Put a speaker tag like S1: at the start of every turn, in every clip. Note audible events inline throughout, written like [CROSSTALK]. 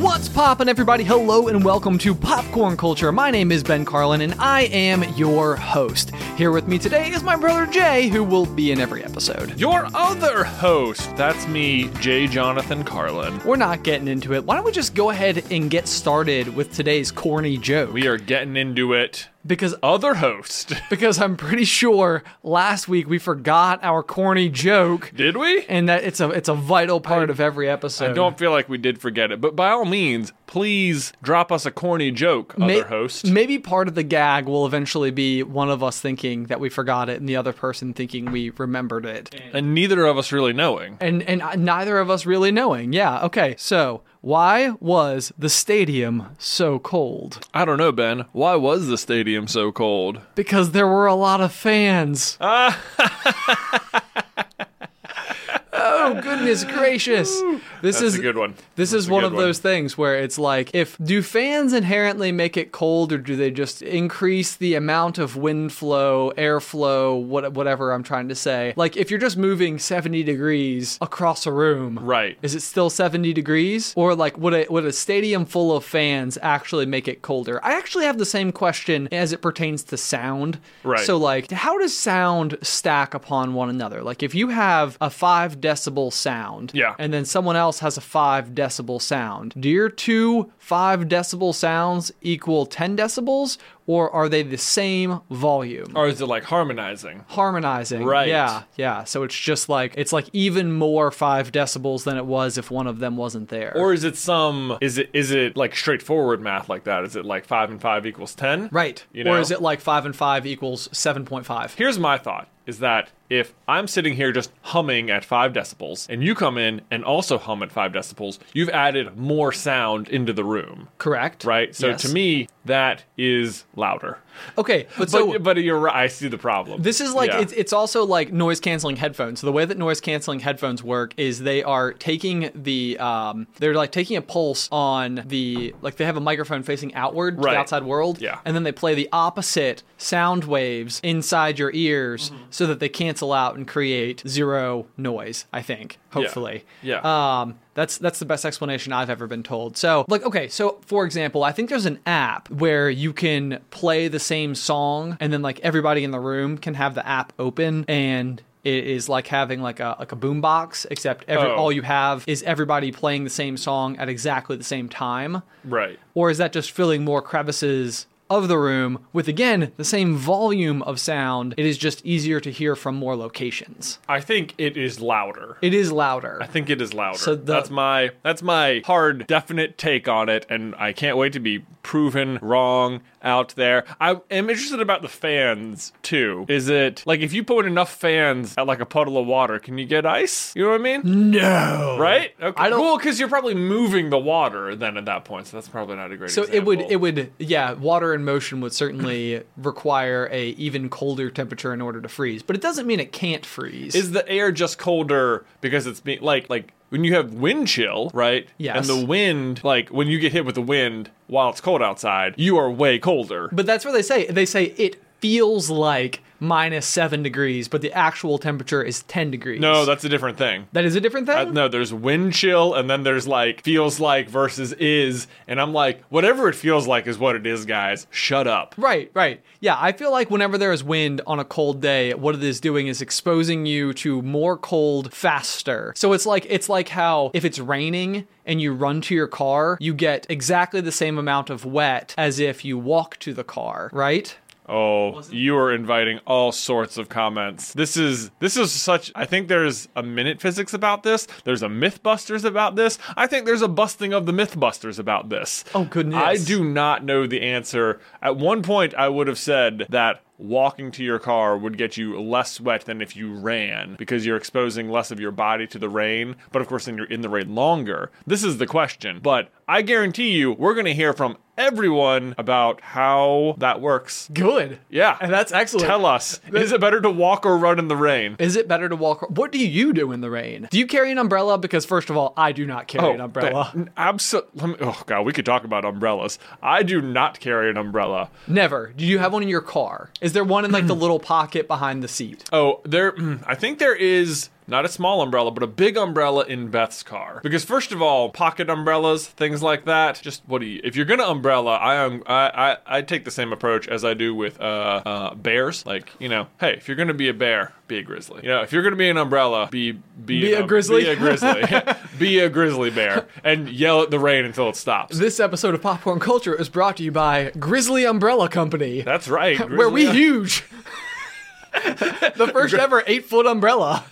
S1: What's poppin', everybody? Hello and welcome to Popcorn Culture. My name is Ben Carlin and I am your host. Here with me today is my brother Jay, who will be in every episode.
S2: Your other host, that's me, J. Jonathan Carlin.
S1: We're not getting into it. Why don't we just go ahead and get started with today's corny joke?
S2: We are getting into it.
S1: because
S2: Other host. [LAUGHS]
S1: because I'm pretty sure last week we forgot our corny joke
S2: Did we?
S1: and that it's a it's a vital part of every episode.
S2: I don't feel like we did forget it, but by all means, please drop us a corny joke, other
S1: May-
S2: host.
S1: Maybe part of the gag will eventually be one of us thinking that we forgot it and the other person thinking we remembered it.
S2: and neither of us really knowing.
S1: And and I- neither of us really knowing. Yeah, okay. So, why was the stadium so cold?
S2: I don't know, Ben. Why was the stadium so cold?
S1: Because there were a lot of
S2: [LAUGHS]
S1: fans. oh, goodness gracious. This
S2: That's
S1: is
S2: a good one.
S1: This
S2: That's
S1: is
S2: a
S1: one
S2: good
S1: of those things where it's like, if do fans inherently make it cold, or do they just increase the amount of wind flow, airflow, what, whatever I'm trying to say? Like, if you're just moving 70 degrees across a room,
S2: Right.
S1: Is it still 70 degrees, or like would a would a stadium full of fans actually make it colder? I actually have the same question as it pertains to sound.
S2: Right.
S1: So like, how does sound stack upon one another? Like, if you have a five decibel sound,
S2: Yeah.
S1: and then someone else has a five decibel sound. Do your two five decibel sounds equal 10 decibels, or are they the same volume?
S2: Or is it like harmonizing?
S1: Harmonizing.
S2: Right.
S1: Yeah, yeah. So it's just like, it's like even more five decibels than it was if one of them wasn't there.
S2: Or is it some is it is it like straightforward math like that? Is it like five and five equals ten?
S1: right.
S2: You
S1: Or
S2: know?
S1: is it like five and five equals 7.5?
S2: Here's my thought is that if I'm sitting here just humming at 5 decibels and you come in and also hum at 5 decibels, you've added more sound into the room,
S1: Correct.
S2: right? So
S1: Yes.
S2: to me that is louder.
S1: Okay. But so.
S2: but, but you're right, I see the problem.
S1: This is like
S2: Yeah.
S1: it's, it's also like noise canceling headphones. So the way that noise canceling headphones work is they are taking the um they're like taking a pulse on the like they have a microphone facing outward to
S2: Right.
S1: the outside world
S2: Yeah.
S1: and then they play the opposite sound waves inside your ears
S2: Mm-hmm.
S1: so that they cancel out and create zero noise, I think. Hopefully.
S2: Yeah.
S1: Um, that's that's the best explanation I've ever been told. So, like, okay, so for example, I think there's an app where you can play the same song, and then like everybody in the room can have the app open and. It is like having like a like a boombox, except every,
S2: Oh.
S1: all you have is everybody playing the same song at exactly the same time,
S2: right.
S1: or is that just filling more crevices of the room with again the same volume of sound? It is just easier to hear from more locations.
S2: I think it is louder.
S1: It is louder.
S2: I think it is louder.
S1: So the-
S2: that's my that's my hard, definite take on it, and I can't wait to be proven wrong out there. I am interested about the fans too. Is it like if you put enough fans at like a puddle of water, can you get ice? You know what I mean?
S1: no.
S2: Right? Okay.
S1: I don't-
S2: Well, because you're probably moving the water then at that point, so that's probably not a great.
S1: So it would
S2: example.
S1: it would yeah, water in motion would
S2: [CLEARS THROAT]
S1: certainly require a even colder temperature in order to freeze, but it doesn't mean it can't freeze.
S2: Is the air just colder because it's being like like when you have wind chill, right?
S1: Yes.
S2: And the wind, like when you get hit with the wind while it's cold outside, you are way colder.
S1: but that's what they say. They say it feels like minus seven degrees, but the actual temperature is 10 degrees.
S2: No, that's a different thing.
S1: that is a different thing?
S2: Uh, no, there's wind chill, and then there's like feels like versus is, and I'm like, whatever it feels like is what it is, guys. Shut up.
S1: Right, right. Yeah, I feel like whenever there is wind on a cold day, what it is doing is exposing you to more cold faster. So it's like it's like how if it's raining and you run to your car, you get exactly the same amount of wet as if you walk to the car, right?
S2: Oh, you are inviting all sorts of comments. This is this is such. I think there's a minute physics about this. There's a MythBusters about this. I think there's a busting of the MythBusters about this.
S1: Oh, goodness.
S2: I do not know the answer. At one point, I would have said that walking to your car would get you less wet than if you ran because you're exposing less of your body to the rain. But of course, then you're in the rain longer. This is the question. But I guarantee you, we're going to hear from everyone about how that works.
S1: Good.
S2: Yeah.
S1: And that's excellent.
S2: Tell us, is it better to walk or run in the rain?
S1: Is it better to walk? What do you do in the rain? Do you carry an umbrella? Because first of all, I do not carry an umbrella.
S2: Oh, Absolutely. Oh god, we could talk about umbrellas. I do not carry an umbrella.
S1: Never. Do you have one in your car? Is there one in like the [CLEARS THROAT] little pocket behind the seat?
S2: Oh, there. [CLEARS THROAT] mm, I think there is not a small umbrella, but a big umbrella in Beth's car. Because first of all, pocket umbrellas, things like that. Just what do you? If you're gonna umbrella, I um, I, I I take the same approach as I do with uh, uh bears. Like you know, hey, if you're gonna be a bear, be a grizzly. You know, if you're gonna be an umbrella, be be,
S1: Be
S2: an
S1: a
S2: um-
S1: grizzly.
S2: Be
S1: [LAUGHS]
S2: a grizzly. [LAUGHS] be a grizzly bear and yell at the rain until it stops.
S1: This episode of Popcorn Culture is brought to you by Grizzly Umbrella Company, [LAUGHS]
S2: That's right.
S1: where we
S2: grizzly- uh,
S1: huge. [LAUGHS] the first ever eight foot umbrella.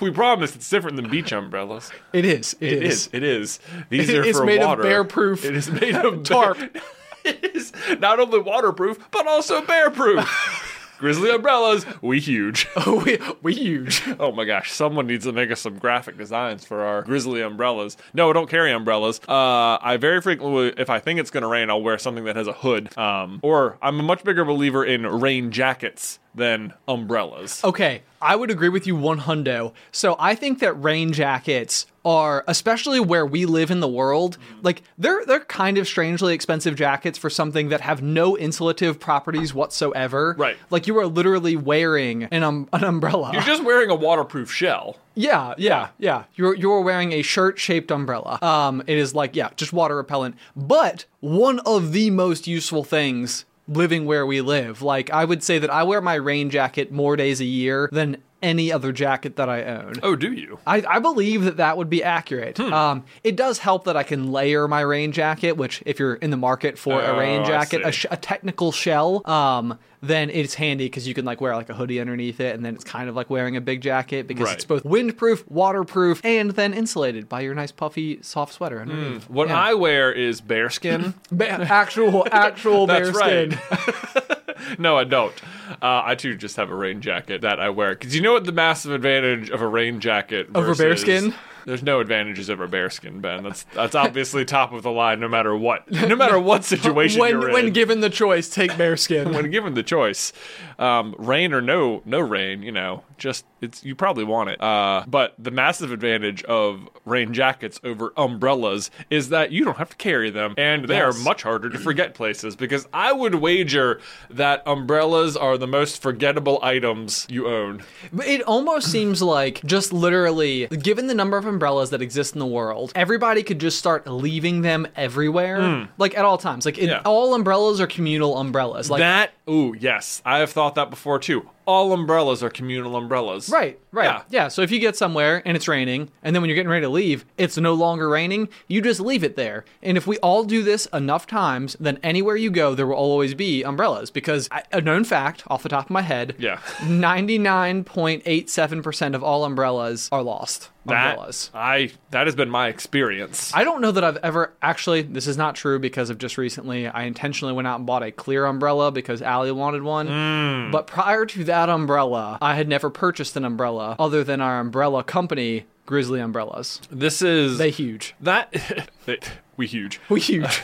S2: we promise it's different than beach umbrellas.
S1: It is.
S2: It is. It is. These
S1: It
S2: are
S1: is
S2: for
S1: made of
S2: water.
S1: bear-proof
S2: It is
S1: [LAUGHS]
S2: made of
S1: tarp.
S2: bear- [LAUGHS] it is not only waterproof but
S1: [LAUGHS]
S2: also bear-proof. Grizzly umbrellas, we huge.
S1: [LAUGHS]
S2: [LAUGHS]
S1: we, we huge.
S2: Oh my gosh, someone needs to make us some graphic designs for our grizzly umbrellas. No, I don't carry umbrellas. Uh, I very frequently, if I think it's going to rain, I'll wear something that has a hood. Um, or I'm a much bigger believer in rain jackets than umbrellas.
S1: Okay, I would agree with you one hundo. So I think that rain jackets are, especially where we live in the world,
S2: Mm-hmm.
S1: like they're they're kind of strangely expensive jackets for something that have no insulative properties whatsoever.
S2: Right.
S1: Like you are literally wearing an um, an umbrella.
S2: You're just wearing a waterproof shell.
S1: Yeah, yeah, yeah. You're you're wearing a shirt-shaped umbrella. Um, it is like yeah, just water repellent. But one of the most useful things living where we live. Like I would say that I wear my rain jacket more days a year than any other jacket that I own.
S2: Oh, do you?
S1: I, I believe that that would be accurate.
S2: Hmm.
S1: Um, it does help that I can layer my rain jacket, which if you're in the market for
S2: Oh,
S1: a rain
S2: I
S1: jacket, a,
S2: see.
S1: sh- a technical shell, um, then it's handy because you can like wear like a hoodie underneath it, and then it's kind of like wearing a big jacket because
S2: Right.
S1: it's both windproof, waterproof, and then insulated by your nice puffy soft sweater underneath.
S2: What
S1: Yeah.
S2: I wear is bearskin.
S1: Ba- actual actual
S2: Hmm. [LAUGHS] That's
S1: bear skin.
S2: [LAUGHS] no, I don't. Uh, I too just have a rain jacket that I wear. Because you know what the massive advantage of a rain jacket
S1: Over
S2: versus-
S1: bearskin?
S2: There's no advantages over bearskin, Ben. That's [LAUGHS] that's obviously top of the line, no matter what, [LAUGHS] no matter what situation
S1: When
S2: you're
S1: when
S2: in.
S1: given the choice, take bear skin.
S2: when given the choice, um, rain or no no rain, you know, just it's you probably want it. Uh, but the massive advantage of rain jackets over umbrellas is that you don't have to carry them, and they
S1: Yes.
S2: are much harder to forget places. Because I would wager that umbrellas are the most forgettable items you own.
S1: It almost seems like just literally, given the number of umbrellas that exist in the world, everybody could just start leaving them everywhere, like at all times. Like it,
S2: Hmm. Yeah.
S1: all umbrellas are communal umbrellas. Like
S2: that ooh yes, I have thought that before too. All umbrellas are communal umbrellas.
S1: right, right,
S2: Yeah.
S1: yeah. So if you get somewhere and it's raining, and then when you're getting ready to leave, it's no longer raining. You just leave it there. And if we all do this enough times, then anywhere you go, there will always be umbrellas. Because I, a known fact, off the top of my head,
S2: Yeah.
S1: ninety nine point eight seven percent of all umbrellas are lost.
S2: That
S1: umbrellas.
S2: I that has been my experience.
S1: I don't know that I've ever actually. This is not true because of just recently. I intentionally went out and bought a clear umbrella because Allie wanted one.
S2: Mm.
S1: But prior to that umbrella, I had never purchased an umbrella other than our umbrella company, Grizzly Umbrellas.
S2: this is
S1: They huge.
S2: That [LAUGHS] that- we huge.
S1: We
S2: [LAUGHS]
S1: huge.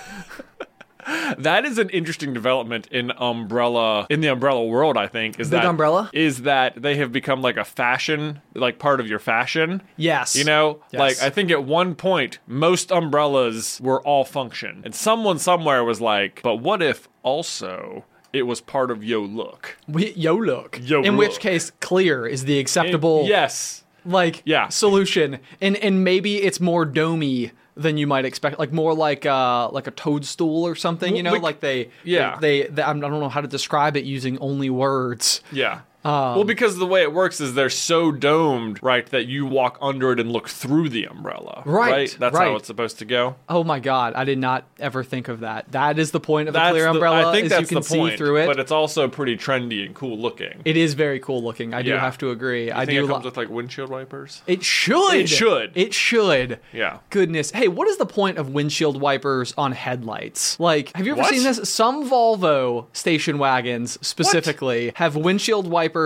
S2: That is an interesting development in umbrella in the umbrella world. I think is
S1: Big
S2: that
S1: umbrella?
S2: is that they have become like a fashion, like part of your fashion.
S1: yes.
S2: You know,
S1: Yes.
S2: like I think at one point most umbrellas were all function, and someone somewhere was like, "But what if also?" it was part of Yo Look.
S1: We, yo, look.
S2: Yo,
S1: In which
S2: look.
S1: case, clear is the acceptable
S2: Yes.
S1: like
S2: Yeah.
S1: solution, and and maybe it's more domey than you might expect, like more like uh like a toadstool or something. You know,
S2: like-
S1: like, they
S2: yeah.
S1: they, they, I'm- I don't know how to describe it using only words.
S2: Yeah.
S1: Um,
S2: well, because the way it works is they're so domed, right, that you walk under it and look through the umbrella.
S1: Right,
S2: That's how
S1: right.
S2: it's supposed to go.
S1: Oh my god, I did not ever think of that. That is the point of a
S2: That's
S1: clear
S2: the-
S1: umbrella
S2: I think
S1: is
S2: that's
S1: you can
S2: the point,
S1: see through it.
S2: But it's also pretty trendy and cool looking.
S1: it is very cool looking. I do
S2: Yeah.
S1: have to agree. I
S2: I think
S1: do
S2: it comes
S1: lo-
S2: with like windshield wipers.
S1: It should.
S2: It should.
S1: It should.
S2: Yeah.
S1: Goodness. Hey, what is the point of windshield wipers on headlights? Like, have you ever
S2: What?
S1: seen this? Some Volvo station wagons specifically have windshield wipers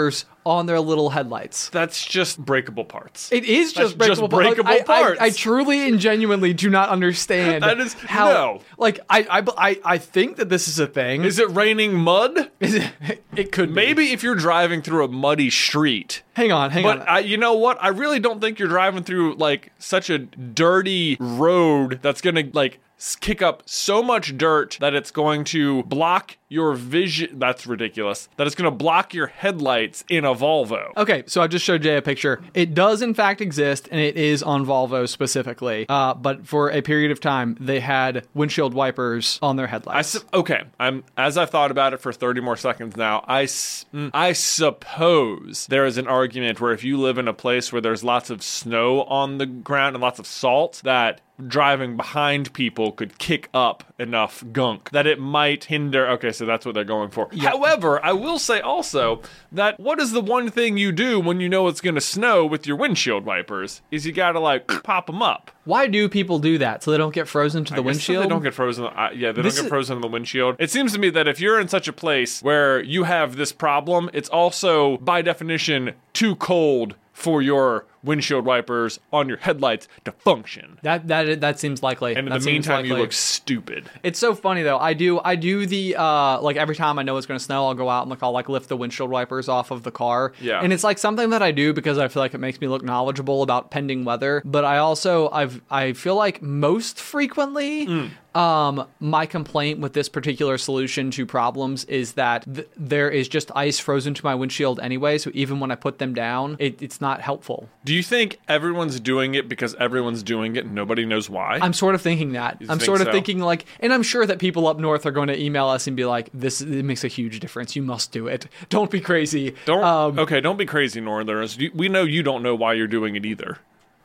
S1: on their little headlights.
S2: That's just breakable parts.
S1: It is just
S2: That's just
S1: breakable, par- like,
S2: breakable
S1: I- I-
S2: parts.
S1: I, truly and genuinely do not understand
S2: That is-
S1: how
S2: no.
S1: like I, I I I think that this is a thing.
S2: Is it raining mud?
S1: [LAUGHS] it, could be.
S2: Maybe if you're driving through a muddy street.
S1: Hang on, hang on.
S2: But I, you know what? I really don't think you're driving through like such a dirty road that's gonna like s- kick up so much dirt that it's going to block your vision. That's ridiculous. That it's gonna block your headlights in a Volvo.
S1: Okay, so I just showed Jay a picture. It does in fact exist, and it is on Volvo specifically. Uh, but for a period of time, they had windshield wipers on their
S2: I
S1: headlights.
S2: su- okay, I'm as I've thought about it for 30 more seconds now. I s- mm, I suppose there is an argument where if you live in a place where there's lots of snow on the ground and lots of salt that driving behind people could kick up enough gunk that it might hinder okay so that's what they're going for however i will say also that what is the one thing you do when you know it's going to snow with your windshield wipers is you gotta like [CLEARS THROAT] pop them up
S1: Why do people do that so they don't get frozen to the
S2: I guess that
S1: windshield?
S2: They don't get frozen. Uh, yeah, they
S1: This
S2: don't get
S1: is-
S2: frozen in the windshield. It seems to me that if you're in such a place where you have this problem, it's also by definition too cold for your windshield wipers on your headlights to function.
S1: that that that seems likely.
S2: And in
S1: That
S2: the
S1: seems
S2: meantime, you
S1: likely.
S2: look stupid.
S1: It's so funny though. I do I do the uh like every time I know it's gonna snow, I'll go out and like I'll like lift the windshield wipers off of the car.
S2: Yeah.
S1: And it's like something that I do because I feel like it makes me look knowledgeable about pending weather. But I also I've I feel like most frequently um my complaint with this particular solution to problems is that th- there is just ice frozen to my windshield anyway, so even when I put them down, it, it's not helpful.
S2: Do you think everyone's doing it because everyone's doing it and nobody knows why?
S1: I'm sort of thinking that. I'm
S2: think
S1: sort of
S2: so?
S1: thinking like, and I'm sure that people up north are going to email us and be like, "This it makes a huge difference. You must do it. [LAUGHS] Don't be crazy.
S2: don't
S1: Um,
S2: okay. Don't be crazy, Northerners. You- We know you don't know why you're doing it either.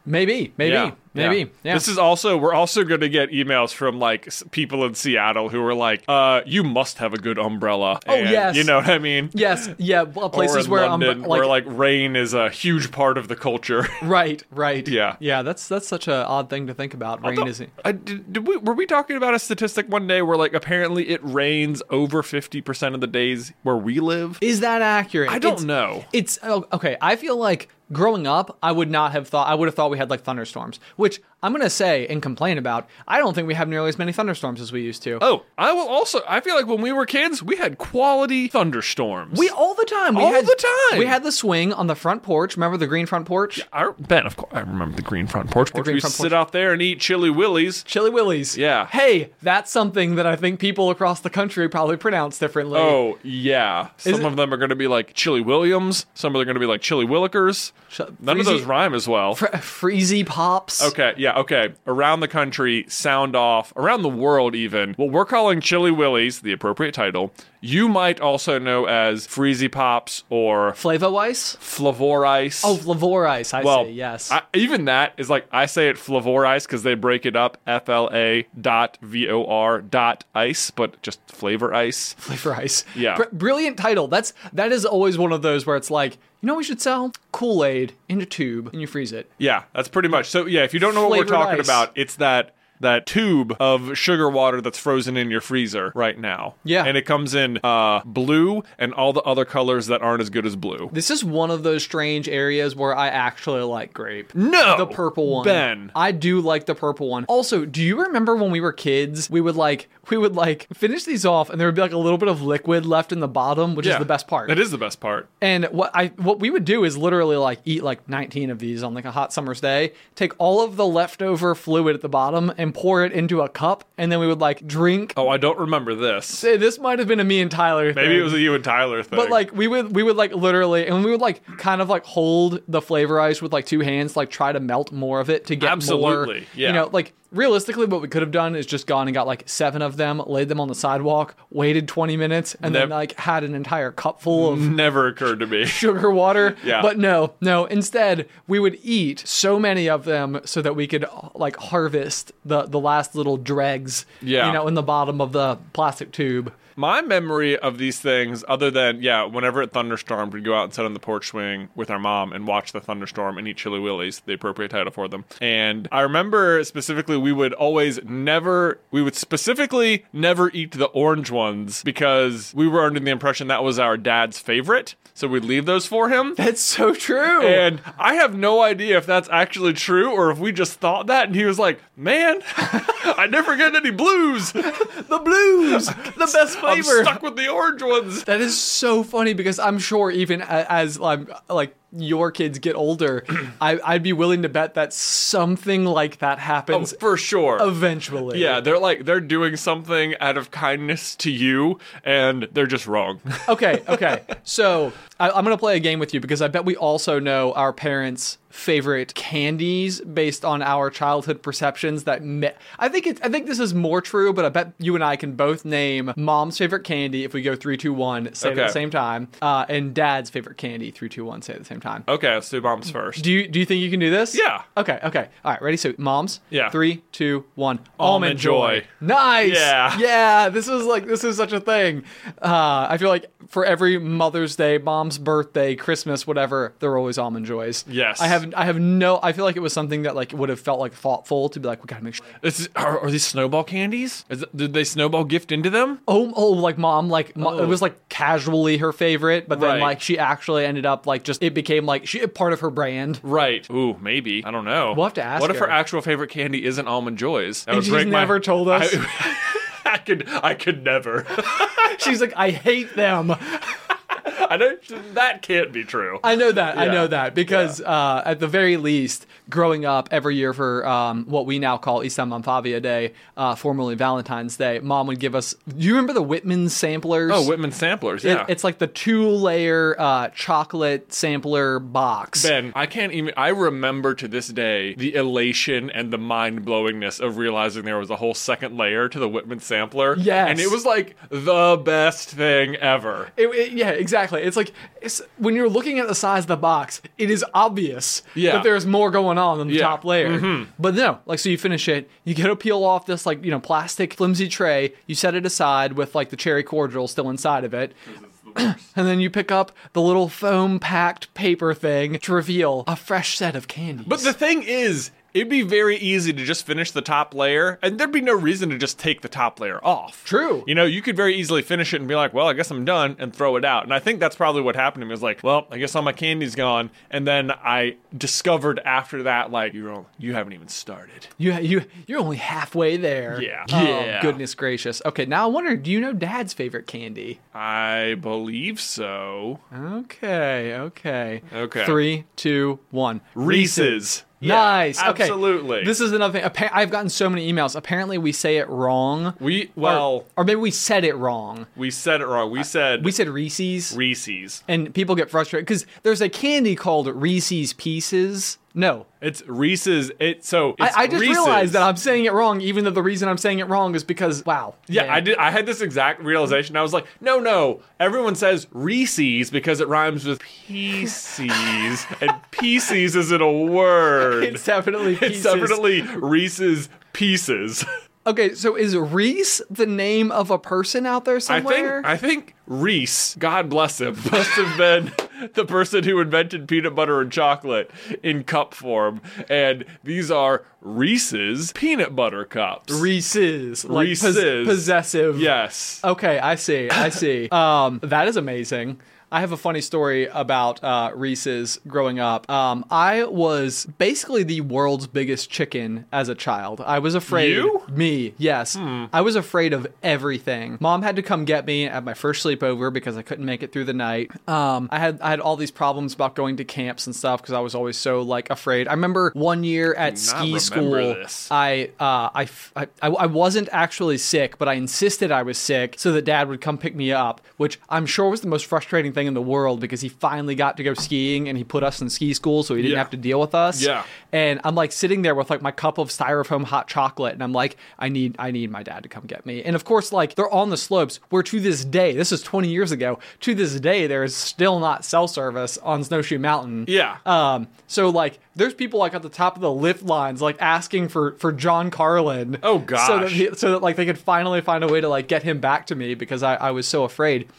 S1: maybe, maybe, maybe. Yeah.
S2: This is also we're also going to get emails from like s- people in Seattle who are like, "Uh, you must have a good umbrella." Oh
S1: yes.
S2: you know what I mean.
S1: yes, yeah. Well,
S2: or
S1: places
S2: in
S1: where
S2: London,
S1: um,
S2: where like rain is a huge part of the culture.
S1: right, right.
S2: Yeah.
S1: yeah. That's that's such an odd thing to think about. [LAUGHS] Rain is
S2: I, did, did we, were we talking about a statistic one day where like apparently it rains over fifty percent of the days where we live?
S1: is that accurate?
S2: I don't
S1: It's-
S2: know.
S1: It's oh, okay. I feel like growing up, I would not have thought. I would have thought we had like thunderstorms, which I'm gonna say and complain about. I don't think we have nearly as many thunderstorms as we used to.
S2: Oh, I will also. I feel like when we were kids, we had quality thunderstorms.
S1: We all the time. We
S2: All
S1: had,
S2: the time.
S1: We had the swing on the front porch. Remember the green front porch?
S2: I, Ben, of course, I remember the green front porch. The
S1: green
S2: we
S1: front
S2: sit
S1: porch.
S2: out there and eat chili willies.
S1: Chili Willies.
S2: Yeah.
S1: Hey, that's something that I think people across the country probably pronounce differently.
S2: Oh yeah, some
S1: it-
S2: of them are going to be like Chili Williams. Some of them are going to be like Chili Willikers. None of
S1: uh, Freezy-
S2: those rhyme as well.
S1: Fr- freezy pops.
S2: okay, yeah, okay. Around the country, sound off. Around the world, even what we're calling Chili Willies, the appropriate title. You might also know as Freezy Pops or
S1: Flavo ice.
S2: Flavor Ice.
S1: Oh, Lavor ice. I
S2: well,
S1: say yes.
S2: I, even that is like I say it Flavor Ice because they break it up F L A dot V O R dot ice, but just flavor ice.
S1: Flavor ice.
S2: Yeah.
S1: Br- brilliant title. That's that is always one of those where it's like, you know, what we should sell Kool Aid in a tube and you freeze it.
S2: Yeah, that's pretty much. So yeah, if you don't know what we're
S1: Flavored
S2: talking
S1: ice.
S2: about, it's that that tube of sugar water that's frozen in your freezer right now.
S1: Yeah.
S2: and it comes in uh, blue and all the other colors that aren't as good as blue.
S1: This is one of those strange areas where I actually like grape.
S2: No,
S1: the purple one.
S2: Oh, Ben.
S1: I do like the purple one. Also, do you remember when we were kids, we would like we would like finish these off and there would be like a little bit of liquid left in the bottom, which
S2: Yeah,
S1: is the best part.
S2: That is the best part.
S1: And what I what we would do is literally like eat like 19 of these on like a hot summer's day, take all of the leftover fluid at the bottom and and pour it into a cup, and then we would like drink.
S2: Oh, I don't remember this.
S1: Say, This might have been a me and Tyler.
S2: Maybe
S1: thing.
S2: it was a you and Tyler thing.
S1: But like we would we would like literally and we would like kind of like hold the flavor ice with like two hands, like try to melt more of it to get
S2: Absolutely,
S1: more,
S2: yeah.
S1: You know, like realistically what we could have done is just gone and got like seven of them, laid them on the sidewalk, waited twenty minutes, and then
S2: Nev-
S1: like had an entire cup full of [LAUGHS]
S2: never occurred to me.
S1: sugar water.
S2: Yeah.
S1: But no, no. Instead, we would eat so many of them so that we could like harvest the the last little dregs.
S2: Yeah.
S1: You know, in the bottom of the plastic tube.
S2: My memory of these things, other than yeah, whenever it thunderstormed, we'd go out and sit on the porch swing with our mom and watch the thunderstorm and eat chili willies, the appropriate title for them. And I remember specifically, we would always never, we would specifically never eat the orange ones because we were under the impression that was our dad's favorite, so we'd leave those for him.
S1: That's so true.
S2: And I have no idea if that's actually true or if we just thought that. And he was like, "Man, [LAUGHS] I never get any blues.
S1: the [LAUGHS] blues, the best
S2: I'm
S1: flavor.
S2: stuck with the orange ones."
S1: That is so funny because I'm sure even a- as um, like your kids get older, [CLEARS THROAT] I, I'd be willing to bet that something like that happens
S2: for sure.
S1: Oh, eventually.
S2: yeah, they're like they're doing something out of kindness to you, and they're just [LAUGHS] wrong.
S1: Okay. Okay. so I, I'm gonna play a game with you because I bet we also know our parents' favorite candies based on our childhood perceptions. That me- I think it's I think this is more true, but I bet you and I can both name mom's favorite candy if we go three, two, one, say it at
S2: Okay.
S1: the same time, uh, and dad's favorite candy three, two, one, say it at the same time.
S2: okay, let's do bombs first.
S1: Do you do you think you can do this?
S2: Yeah.
S1: Okay. Okay. All right. Ready? So, moms.
S2: Yeah.
S1: Three, two, one. Almond,
S2: Almond
S1: joy.
S2: Joy.
S1: Nice.
S2: Yeah.
S1: Yeah. This is like this is such a thing. Uh, I feel like for every Mother's Day, Mom's birthday, Christmas, whatever, they're always almond joys.
S2: Yes.
S1: I have I have no. I feel like it was something that like would have felt like thoughtful to be like we gotta make sure.
S2: This is, are, are these snowball candies? Is, did they snowball gift into them?
S1: Oh, oh, like mom, like mo- it was like casually her favorite, but then
S2: Oh. Right.
S1: like she actually ended up like just it became like she part of her brand.
S2: Right. Ooh, maybe. I don't know.
S1: We'll have to ask
S2: What if
S1: her.
S2: her actual favorite candy isn't almond joys? That
S1: And
S2: would
S1: she's
S2: break my-
S1: never told us.
S2: I, [LAUGHS] I could. I could never. [LAUGHS]
S1: She's like, I hate them.
S2: I don't. That can't be true.
S1: I know that. I
S2: Yeah.
S1: know that because uh, at the very least, growing up every year for um, what we now call Isam Manfavia Day, uh, formerly Valentine's Day, mom would give us. Do you remember the Whitman samplers?
S2: oh, Whitman samplers.
S1: It-
S2: Yeah.
S1: It's like the two layer uh, chocolate sampler box.
S2: Ben, I can't even. I remember to this day the elation and the mind blowingness of realizing there was a whole second layer to the Whitman sampler.
S1: Yes.
S2: And it was like the best thing ever.
S1: It, it- yeah, exactly. It's like it's, when you're looking at the size of the box, it is obvious
S2: Yeah.
S1: that there's more going on than the
S2: Yeah. Mm-hmm.
S1: top layer. But no, like so you finish it, you get to peel off this like you know plastic flimsy tray, you set it aside with like the cherry cordial still inside of it. [CLEARS THROAT] And then you pick up the little foam packed paper thing to reveal a fresh set of candies.
S2: But the thing is, it'd be very easy to just finish the top layer, and there'd be no reason to just take the top layer off.
S1: True.
S2: You know, you could very easily finish it and be like, well, I guess I'm done, and throw it out. And I think that's probably what happened to me. It was like, well, I guess all my candy's gone. And then I discovered after that, like, you're only, you haven't even started.
S1: you you you're only halfway there.
S2: Yeah.
S1: Oh,
S2: Yeah.
S1: goodness gracious. Okay, now I wonder, do you know Dad's favorite candy?
S2: I believe so.
S1: Okay, okay.
S2: Okay.
S1: Three, two, one.
S2: Reese's. Yeah,
S1: nice. Okay.
S2: Absolutely.
S1: This is another thing. Appa- I've gotten so many emails. Apparently, we say it wrong.
S2: we
S1: Or-
S2: well,
S1: or, maybe we said it wrong.
S2: we said it wrong. We said
S1: We said Reese's,
S2: Reese's.
S1: and people get frustrated because there's a candy called Reese's Pieces. No,
S2: It's Reese's. It so it's
S1: I, I just
S2: Reese's.
S1: realized that I'm saying it wrong, even though the reason I'm saying it wrong is because wow.
S2: yeah,
S1: man.
S2: I did. I had this exact realization. I was like, no, no. Everyone says Reese's because it rhymes with
S1: [LAUGHS]
S2: pieces, and pieces isn't a word.
S1: It's definitely
S2: [LAUGHS] It's
S1: pieces.
S2: definitely Reese's pieces.
S1: okay. So is Reese the name of a person out there
S2: I
S1: somewhere?
S2: think I think Reese, God bless him, [LAUGHS] must have been the person who invented peanut butter and chocolate in cup form, and these are Reese's peanut butter cups.
S1: Reese's, like pos-
S2: Reese's.
S1: possessive.
S2: yes. [LAUGHS]
S1: Okay, I see. I see. Um, that is amazing. I have a funny story about uh, Reese's growing up. Um, I was basically the world's biggest chicken as a child. I was afraid.
S2: You? Hmm.
S1: Me, yes. I was afraid of everything. Mom had to come get me at my first sleepover because I couldn't make it through the night. Um, I had I had all these problems about going to camps and stuff because I was always so like afraid. I remember one year at ski
S2: remember
S1: school,
S2: this.
S1: I, uh, I, f- I- I- I wasn't actually sick, but I insisted I was sick so that dad would come pick me up, which I'm sure was the most frustrating thing in the world because he finally got to go skiing and he put us in ski school so he didn't
S2: Yeah.
S1: have to deal with us.
S2: Yeah.
S1: And I'm like sitting there with like my cup of styrofoam hot chocolate and I'm like, I need, I need my dad to come get me. And of course, like they're on the slopes where to this day, this is 20 years ago, to this day, there is still not cell service on Snowshoe Mountain.
S2: Yeah.
S1: Um, so like there's people like at the top of the lift lines like asking for for John Carlin.
S2: Oh,
S1: So that,
S2: gosh.
S1: he- so that like they could finally find a way to like get him back to me because I, I was so afraid.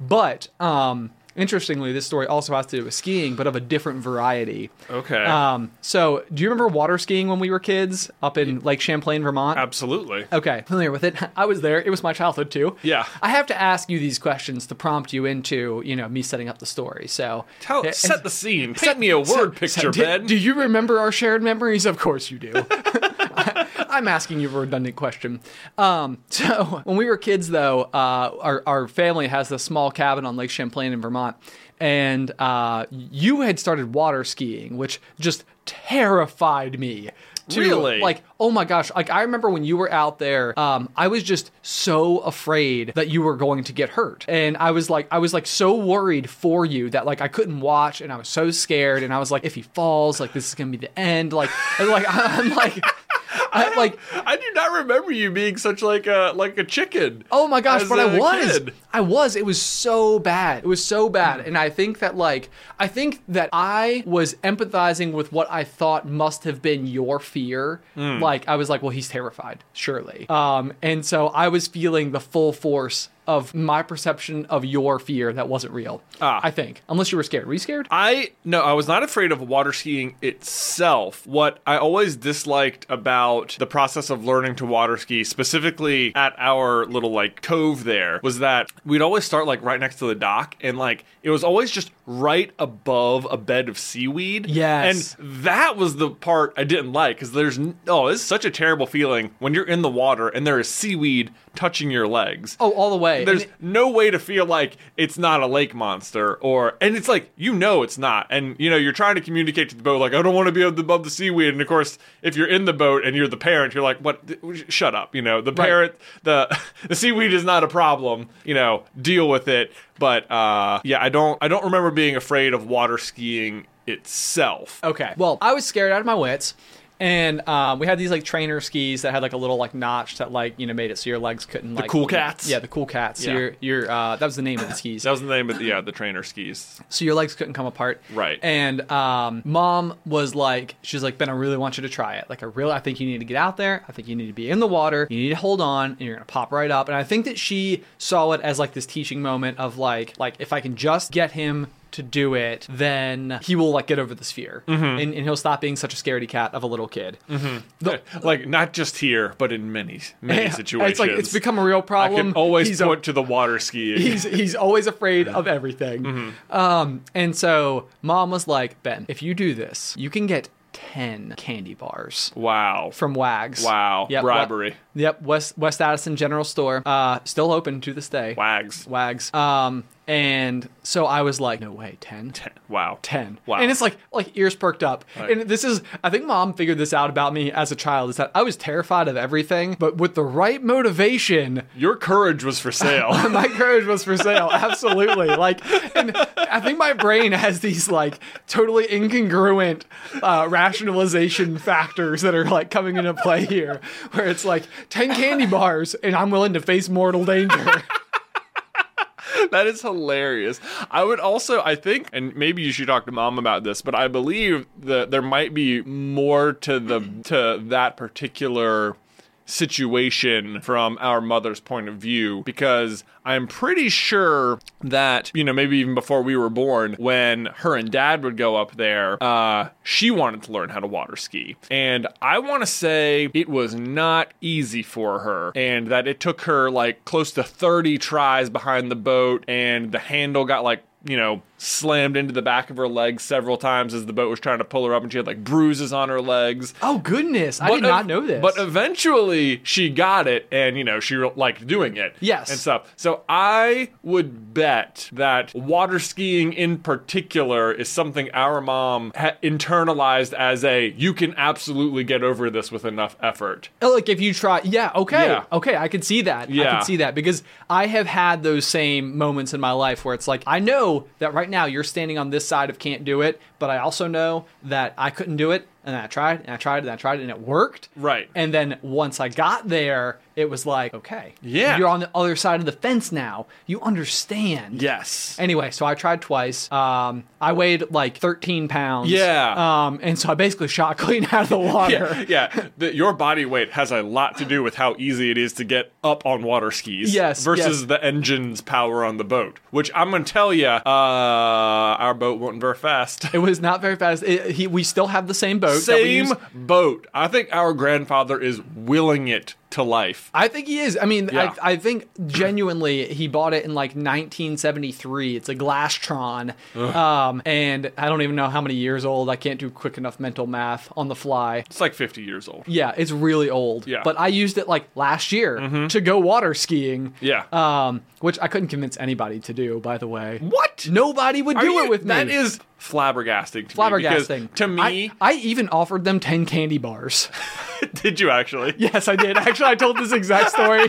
S1: But um interestingly this story also has to do with skiing, but of a different variety.
S2: okay.
S1: Um so do you remember water skiing when we were kids up in Lake Champlain, Vermont?
S2: Absolutely.
S1: Okay, familiar with it. [LAUGHS] I was there. It was my childhood too.
S2: Yeah.
S1: I have to ask you these questions to prompt you into, you know, me setting up the story. So
S2: Tell,
S1: Eh,
S2: set the scene. Paint me a word picture,
S1: do,
S2: Ben.
S1: do you remember our shared memories? Of course you do. [LAUGHS] I, am asking you a redundant question. Um, so [LAUGHS] when we were kids, though, uh, our our family has this small cabin on Lake Champlain in Vermont, and uh, you had started water skiing, which just terrified me. To,
S2: Really?
S1: Like oh my gosh like i remember when you were out there um i was just so afraid that you were going to get hurt and i was like i was like so worried for you that like i couldn't watch and i was so scared and i was like if he falls like this is gonna be the end like and, like [LAUGHS] i'm like i like
S2: [LAUGHS] I do not remember you being such like a like a chicken.
S1: Oh my gosh,
S2: as
S1: but I
S2: a
S1: was.
S2: kid. Hmm.
S1: I was. It was so bad. It was so bad. And I think that like I think that I was empathizing with what I thought must have been your fear.
S2: Hmm.
S1: Like I was like, well, he's terrified, surely. Um and so I was feeling the full force of my perception of your fear that wasn't real.
S2: Ah.
S1: I think. Unless you were scared. Were you scared?
S2: I no, I was not afraid of water skiing itself. What I always disliked about the process of learning to water ski, specifically at our little like cove there, was that we'd always start like right next to the dock and like it was always just right above a bed of seaweed.
S1: Yes.
S2: And that was the part I didn't like cuz there's n- oh, it's such a terrible feeling when you're in the water and there is seaweed touching your legs.
S1: Oh, all the way. And
S2: There's
S1: it-
S2: no way to feel like it's not a lake monster, or and it's like you know it's not, and you know you're trying to communicate to the boat like I don't want to be above the, above the seaweed, and of course if you're in the boat and you're the parent, you're like what? Th- Shut up, you know the
S1: Right.
S2: parent the [LAUGHS] the seaweed is not a problem, you know deal with it. But uh, yeah, I don't I don't remember being afraid of water skiing itself.
S1: Okay. Well, I was scared out of my wits. And um, we had these like trainer skis that had like a little like notch that like you know made it so your legs couldn't like
S2: cool cats?
S1: Yeah, the cool cats.
S2: Yeah.
S1: Your your uh, that was the name of the skis.
S2: That was the name of the yeah the trainer skis.
S1: so your legs couldn't come apart.
S2: Right.
S1: And um, mom was like, she's like, Ben, I really want you to try it. Like, I really, I think you need to get out there. I think you need to be in the water. You need to hold on, and you're gonna pop right up. And I think that she saw it as like this teaching moment of like, like if I can just get him to do it, then he will like get over this fear,
S2: Mm-hmm.
S1: and, and he'll stop being such a scaredy cat of a little kid.
S2: [LAUGHS] like not just here, but in many Mm-hmm. many
S1: [LAUGHS]
S2: situations.
S1: It's like it's become a real
S2: I
S1: problem.
S2: can always
S1: He's a-
S2: point to the water skiing.
S1: he's he's always afraid of everything.
S2: Mm-hmm.
S1: Um, and so mom was like, Ben, if you do this, you can get ten candy bars
S2: Wow.
S1: from Wags.
S2: Wow.
S1: Yep,
S2: Bribery.
S1: Wa- yep. West West Addison General Store, uh, still open to this day.
S2: Wags.
S1: Wags. Um, and so I was like, no way, ten.
S2: Wow.
S1: 10
S2: Wow.
S1: and it's like like ears perked up and this is i think mom figured this out about me as a child is that i was terrified of everything but with the right motivation
S2: Your courage was for sale.
S1: [LAUGHS]
S2: [LAUGHS]
S1: my courage was for sale absolutely like and i think my brain has these like totally incongruent uh, rationalization factors that are like coming into play here where it's like 10 candy bars and i'm willing to face mortal danger
S2: that is hilarious. I would also, I think, and maybe you should talk to mom about this, but I believe that there might be more to the to that particular situation from our mother's point of view because I'm pretty sure that you know maybe even before we were born when her and dad would go up there uh she wanted to learn how to water ski and I want to say it was not easy for her and that it took her like close to 30 tries behind the boat and the handle got like you know, slammed into the back of her legs several times as the boat was trying to pull her up, and she had like bruises on her legs.
S1: [LAUGHS] Oh goodness, I
S2: But
S1: did
S2: ev-
S1: not know this.
S2: But eventually she got it, and you know she re- liked doing it.
S1: Yes.
S2: and stuff. So I would bet that water skiing in particular is something our mom ha- internalized as a you can absolutely get over this with enough effort.
S1: Oh, like if you try, yeah, okay,
S2: Yeah.
S1: okay, I can see that. I
S2: Yeah.
S1: can see that because I have had those same moments in my life where it's like I know that right now you're standing on this side of can't do it, but I also know that I couldn't do it, and I tried and I tried and I tried and it worked.
S2: Right.
S1: And then once I got there, it was like okay,
S2: Yeah.
S1: you're on the other side of the fence now. You understand.
S2: Yes.
S1: Anyway, so I tried twice. Um, I weighed like 13 pounds.
S2: Yeah.
S1: Um, and so I basically shot clean [LAUGHS] out of the water.
S2: yeah, [LAUGHS] yeah. The, your body weight has a lot to do with how easy it is to get up on water skis.
S1: Yes,
S2: versus
S1: yes.
S2: the engine's power on the boat, which I'm gonna tell you, uh, our boat wasn't very fast. [LAUGHS]
S1: It was not very fast. It, he, we still have the same boat. That we
S2: Same
S1: use.
S2: boat. I think our grandfather is willing it to life.
S1: I think he is. I mean,
S2: Yeah.
S1: I, I think genuinely he bought it in like 1973. It's a Glastron, um, and I don't even know how many years old. I can't do quick enough mental math on the fly.
S2: It's like 50 years old.
S1: Yeah, it's really old.
S2: Yeah. Mm-hmm.
S1: But I used it like last year to go water skiing.
S2: Yeah.
S1: Um, which I couldn't convince anybody to do. By the way,
S2: What?
S1: Nobody would
S2: Are
S1: do
S2: you-
S1: it with me.
S2: That is flabbergasting to me.
S1: flabbergasting.
S2: because To me,
S1: I, I even offered them ten candy bars.
S2: [LAUGHS] did you actually?
S1: Yes, I did. Actually, I told this exact story.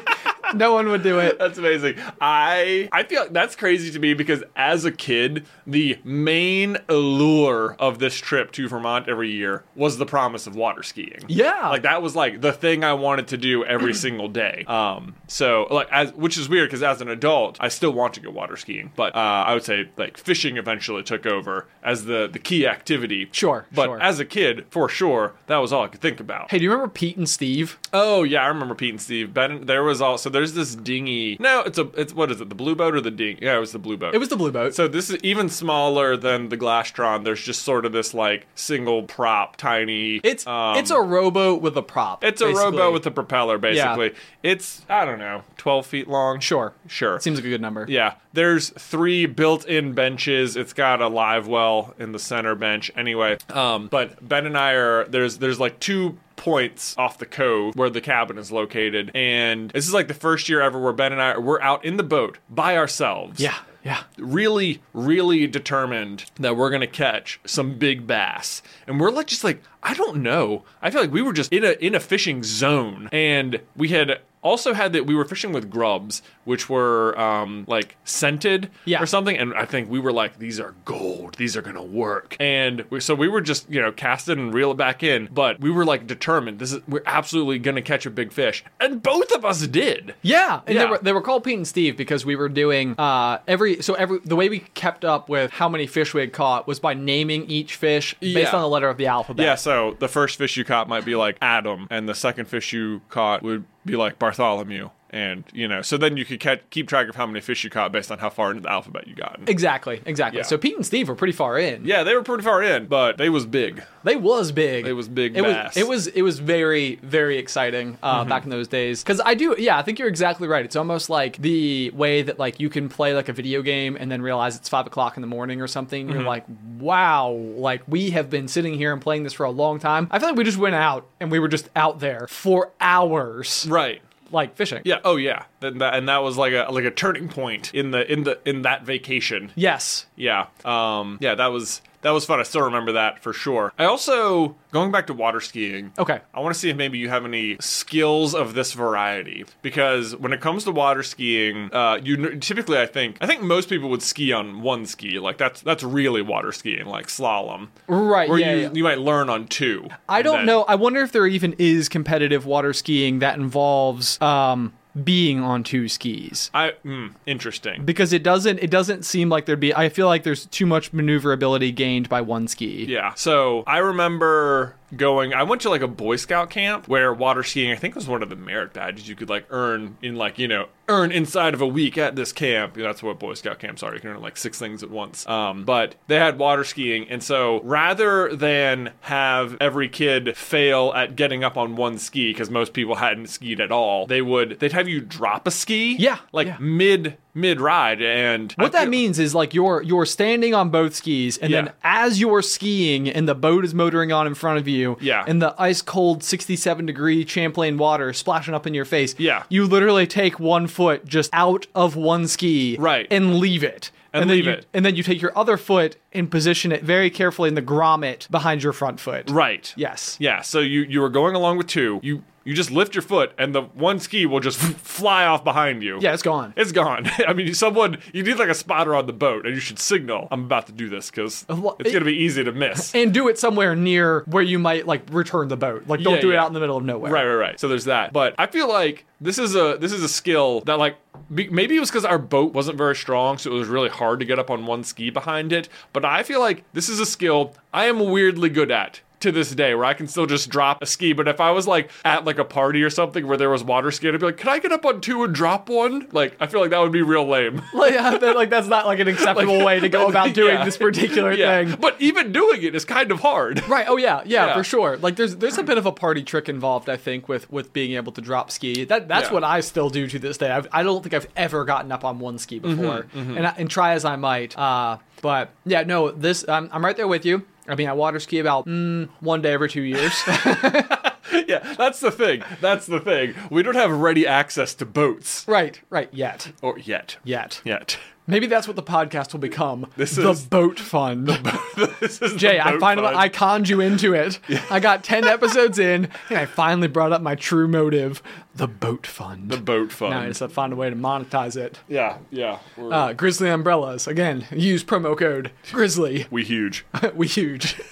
S1: No one would do it.
S2: That's amazing. I I feel that's crazy to me because as a kid, the main allure of this trip to Vermont every year was the promise of water skiing.
S1: Yeah.
S2: like that was like the thing I wanted to do
S1: [CLEARS THROAT]
S2: every single day. Um, so like as which is weird because as an adult, I still want to go water skiing, but uh, I would say like fishing eventually took over as the the key activity.
S1: Sure,
S2: but
S1: sure.
S2: as a kid, for sure, that was all I could think about.
S1: Hey, do you remember Pete and Steve?
S2: Oh yeah, I remember Pete and Steve. Ben, there was also there's this dinghy. No, it's a it's what is it? The blue boat or the dinghy? Yeah, it was the blue boat.
S1: It was the Blue Boat.
S2: So this is even smaller than the Glastron. There's just sort of this like single prop, tiny.
S1: it's
S2: um,
S1: it's a rowboat with a prop.
S2: it's a
S1: basically.
S2: rowboat with a propeller, basically. It's I don't know, twelve feet long.
S1: sure.
S2: sure.
S1: Seems like a good number.
S2: Yeah, there's three built-in benches. It's got a live well in the center bench. Anyway, um, but Ben and I are there's there's like two points off the cove where the cabin is located, and this is like the first year ever where Ben and I we're out in the boat by ourselves.
S1: Yeah. Yeah.
S2: Really, really determined that we're gonna catch some big bass, and we're like just like I don't know. I feel like we were just in a in a fishing zone, and we had also had that we were fishing with grubs, which were um, like scented
S1: Yeah.
S2: or something. And I think we were like, these are gold. These are going to work. And we, so we were just, you know, cast it and reel it back in. But we were like determined. This is, we're absolutely going to catch a big fish. And both of us did.
S1: Yeah, and They,
S2: Yeah.
S1: were, they were called Pete and Steve because we were doing uh, every so every the way we kept up with how many fish we had caught was by naming each fish based
S2: Yeah.
S1: on the letter of the alphabet.
S2: Yeah, so the first fish you caught might be like Adam, and the second fish you caught would be like Bartholomew. And, you know, so then you could ca- keep track of how many fish you caught based on how far into the alphabet you got.
S1: Exactly, exactly.
S2: Yeah.
S1: So Pete and Steve were pretty far in.
S2: Yeah, they were pretty far in, but they was big.
S1: They was big.
S2: It was big
S1: It
S2: bass. Mm-hmm.
S1: was it was it was very very exciting uh, back in those days. Because I do, yeah, I think you're exactly right. It's almost like the way that like you can play like a video game and then realize it's five o'clock in the morning or something.
S2: Mm-hmm.
S1: You're like, wow, like we have been sitting here and playing this for a long time. I feel like we just went out and we were just out there for hours,
S2: Right.
S1: like fishing.
S2: Yeah. Oh, yeah. And that, and that was like a like a turning point in the in the in that vacation.
S1: Yes.
S2: Yeah. Um. Yeah. That was that was fun. I still remember that for sure. I also going back to water skiing.
S1: Okay.
S2: I want to see if maybe you have any skills of this variety because when it comes to water skiing, uh, you n- typically I think I think most people would ski on one ski. Like that's that's really water skiing, like slalom.
S1: Right,
S2: Where
S1: yeah,
S2: you
S1: yeah.
S2: you might learn on two.
S1: I
S2: and
S1: don't
S2: then-
S1: know. I wonder if there even is competitive water skiing that involves um, being on two skis.
S2: I mm, interesting.
S1: because it doesn't it doesn't seem like there'd be I feel like there's too much maneuverability gained by one ski.
S2: Yeah. So I remember going. I went to like a Boy Scout camp where water skiing, I think, was one of the merit badges you could like earn in like you know earn inside of a week at this camp. You know, that's what Boy Scout camps are. You can earn like six things at once. Um, but they had water skiing, and so rather than have every kid fail at getting up on one ski because most people hadn't skied at all, they would they'd have you drop a ski.
S1: Yeah,
S2: like
S1: yeah.
S2: mid mid ride, and
S1: What that
S2: means.
S1: means is like you're you're standing on both skis, and
S2: Yeah.
S1: then as you're skiing, and the boat is motoring on in front of you,
S2: Yeah.
S1: and the ice cold 67 degree Champlain water splashing up in your face,
S2: Yeah.
S1: you literally take one foot just out of one ski,
S2: Right.
S1: and leave it. then
S2: And leave
S1: you,
S2: it.
S1: And then you take your other foot and position it very carefully in the grommet behind your front foot.
S2: Right.
S1: Yes.
S2: Yeah. So you you were going along with two. You you just lift your foot, and the one ski will just [LAUGHS] fly off behind you.
S1: Yeah, it's gone.
S2: It's gone. [LAUGHS] I mean, someone you need like a spotter on the boat, and you should signal. I'm about to do this because
S1: well,
S2: it's
S1: it-
S2: gonna be easy to miss.
S1: and do it somewhere near where you might like return the boat. Like don't
S2: Yeah,
S1: do it
S2: yeah.
S1: out in the middle of nowhere.
S2: Right, right, right. So there's that. But I feel like this is a this is a skill that like be, maybe it was because our boat wasn't very strong, so it was really hard to get up on one ski behind it. But I feel like this is a skill I am weirdly good at to this day, where I can still just drop a ski. But if I was like at like a party or something where there was water skiing, I'd be like, "Can I get up on two and drop one?" Like I feel like that would be real lame. [LAUGHS]
S1: like, [LAUGHS] yeah, that- like that's not like an acceptable way to go about doing
S2: yeah.
S1: this particular
S2: [LAUGHS] yeah,
S1: thing.
S2: but even doing it is kind of hard. [LAUGHS]
S1: Right. Oh yeah, yeah,
S2: Yeah.
S1: for sure. Like there's there's a bit of a party trick involved, I think, with with being able to drop ski. That that's
S2: Yeah.
S1: what I still do to this day. I've, I don't think I've ever gotten up on one ski
S2: Mm-hmm,
S1: before, and I, and try as I might. Uh, but yeah, no, this I'm, I'm right there with you. I mean, I water ski about mm, one day every two
S2: [LAUGHS]
S1: years. [LAUGHS]
S2: yeah, that's the thing. That's the thing. We don't have ready access to boats
S1: right. Right. Yet.
S2: or yet.
S1: Yet.
S2: Yet.
S1: Maybe that's what the podcast will become.
S2: This
S1: the
S2: is-
S1: boat fund.
S2: [LAUGHS] this is
S1: Jay,
S2: the
S1: I
S2: boat
S1: finally
S2: fun.
S1: I conned you into
S2: [LAUGHS]
S1: it. I got ten episodes in, and I finally brought up my true motive: the boat fund.
S2: the boat fun.
S1: now I just have to find a way to monetize it.
S2: Yeah, yeah. We're,
S1: Uh, Grizzly umbrellas again. Use promo code Grizzly. [LAUGHS]
S2: we huge.
S1: we huge.
S2: [LAUGHS]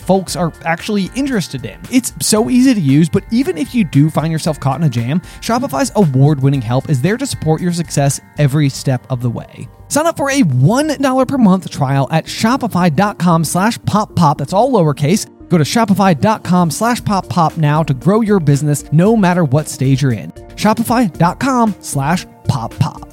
S3: folks are actually interested in. It's so easy to use, but even if you do find yourself caught in a jam, Shopify's award winning help is there to support your success every step of the way. Sign up for a $1 per month trial at shopify.com slash pop pop. That's all lowercase. Go to shopify.com slash pop pop now to grow your business no matter what stage you're in. Shopify.com slash pop pop.